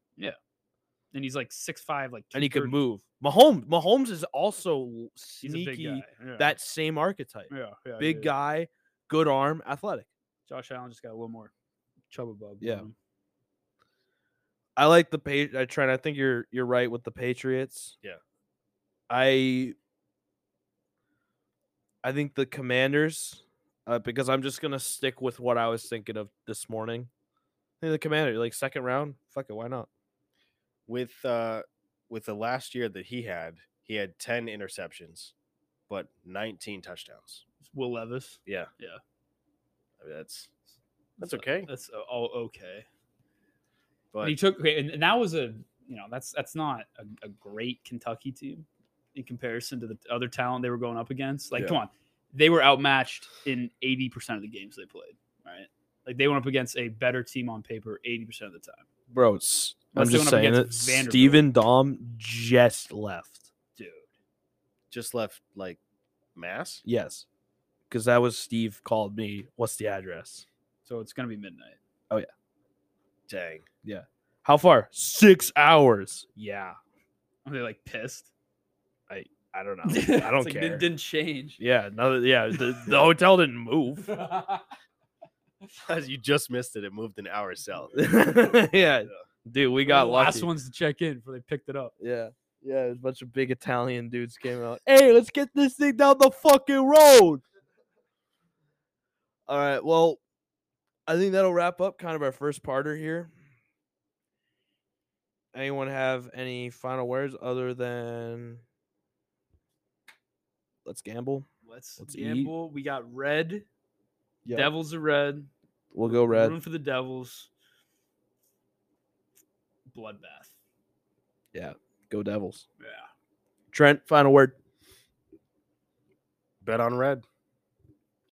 Speaker 3: and he's like six five, like
Speaker 2: and he can
Speaker 3: 230.
Speaker 2: move. Mahomes Mahomes is also
Speaker 3: He's a big
Speaker 2: sneaky
Speaker 3: guy, yeah.
Speaker 2: that same archetype.
Speaker 3: yeah, yeah,
Speaker 2: Big
Speaker 3: yeah.
Speaker 2: guy, good arm, athletic.
Speaker 3: Josh Allen just got a little more chubba bub.
Speaker 2: Yeah. I like the page. I Trent, I think you're you're right with the Patriots.
Speaker 1: Yeah.
Speaker 2: I I think the Commanders, uh, because I'm just gonna stick with what I was thinking of this morning. I think the Commander, like second round, fuck it, why not?
Speaker 1: With uh, with the last year that he had, He had 10 interceptions, but 19 touchdowns.
Speaker 3: Will Levis.
Speaker 1: Yeah.
Speaker 3: Yeah.
Speaker 1: I mean, that's that's okay.
Speaker 3: That's uh, all okay.
Speaker 1: But
Speaker 3: and he took okay, and, and that was a you know that's that's not a, a great Kentucky team in comparison to the other talent they were going up against. Like,
Speaker 1: Yeah.
Speaker 3: come on, they were outmatched in eighty percent of the games they played. Right, like they went up against a better team on paper eighty percent of the time,
Speaker 2: Bro, it's, I'm
Speaker 3: Unless they
Speaker 2: just
Speaker 3: went up
Speaker 2: saying that
Speaker 3: against Vanderbilt.
Speaker 2: Steven Dom just left.
Speaker 3: dude.
Speaker 1: just left like mass.
Speaker 2: Yes. Because that was Steve called me. What's the address?
Speaker 3: So it's gonna be midnight.
Speaker 1: Dang.
Speaker 2: How far? Six hours. Yeah.
Speaker 3: Are they like pissed?
Speaker 2: I don't know. I don't
Speaker 3: It's like,
Speaker 2: care.
Speaker 3: Didn't, didn't change.
Speaker 2: yeah. No, yeah. The, the hotel didn't move.
Speaker 1: you just missed it. It moved an hour south.
Speaker 2: yeah. Dude, we got
Speaker 3: the
Speaker 2: lucky.
Speaker 3: last ones to check in before they picked it up.
Speaker 2: Yeah. Yeah, there's a bunch of big Italian dudes came out. Hey, let's get this thing down the fucking road. All right. Well, I think that'll wrap up kind of our first parter here. Anyone have any final words other than let's gamble?
Speaker 3: Let's,
Speaker 2: Let's eat.
Speaker 3: gamble. We got red.
Speaker 2: Yeah.
Speaker 3: Devils are red.
Speaker 2: We'll go
Speaker 3: Room
Speaker 2: red.
Speaker 3: for the Devils. Bloodbath.
Speaker 2: Go Devils.
Speaker 3: Yeah.
Speaker 2: Trent, final word.
Speaker 1: Bet on red.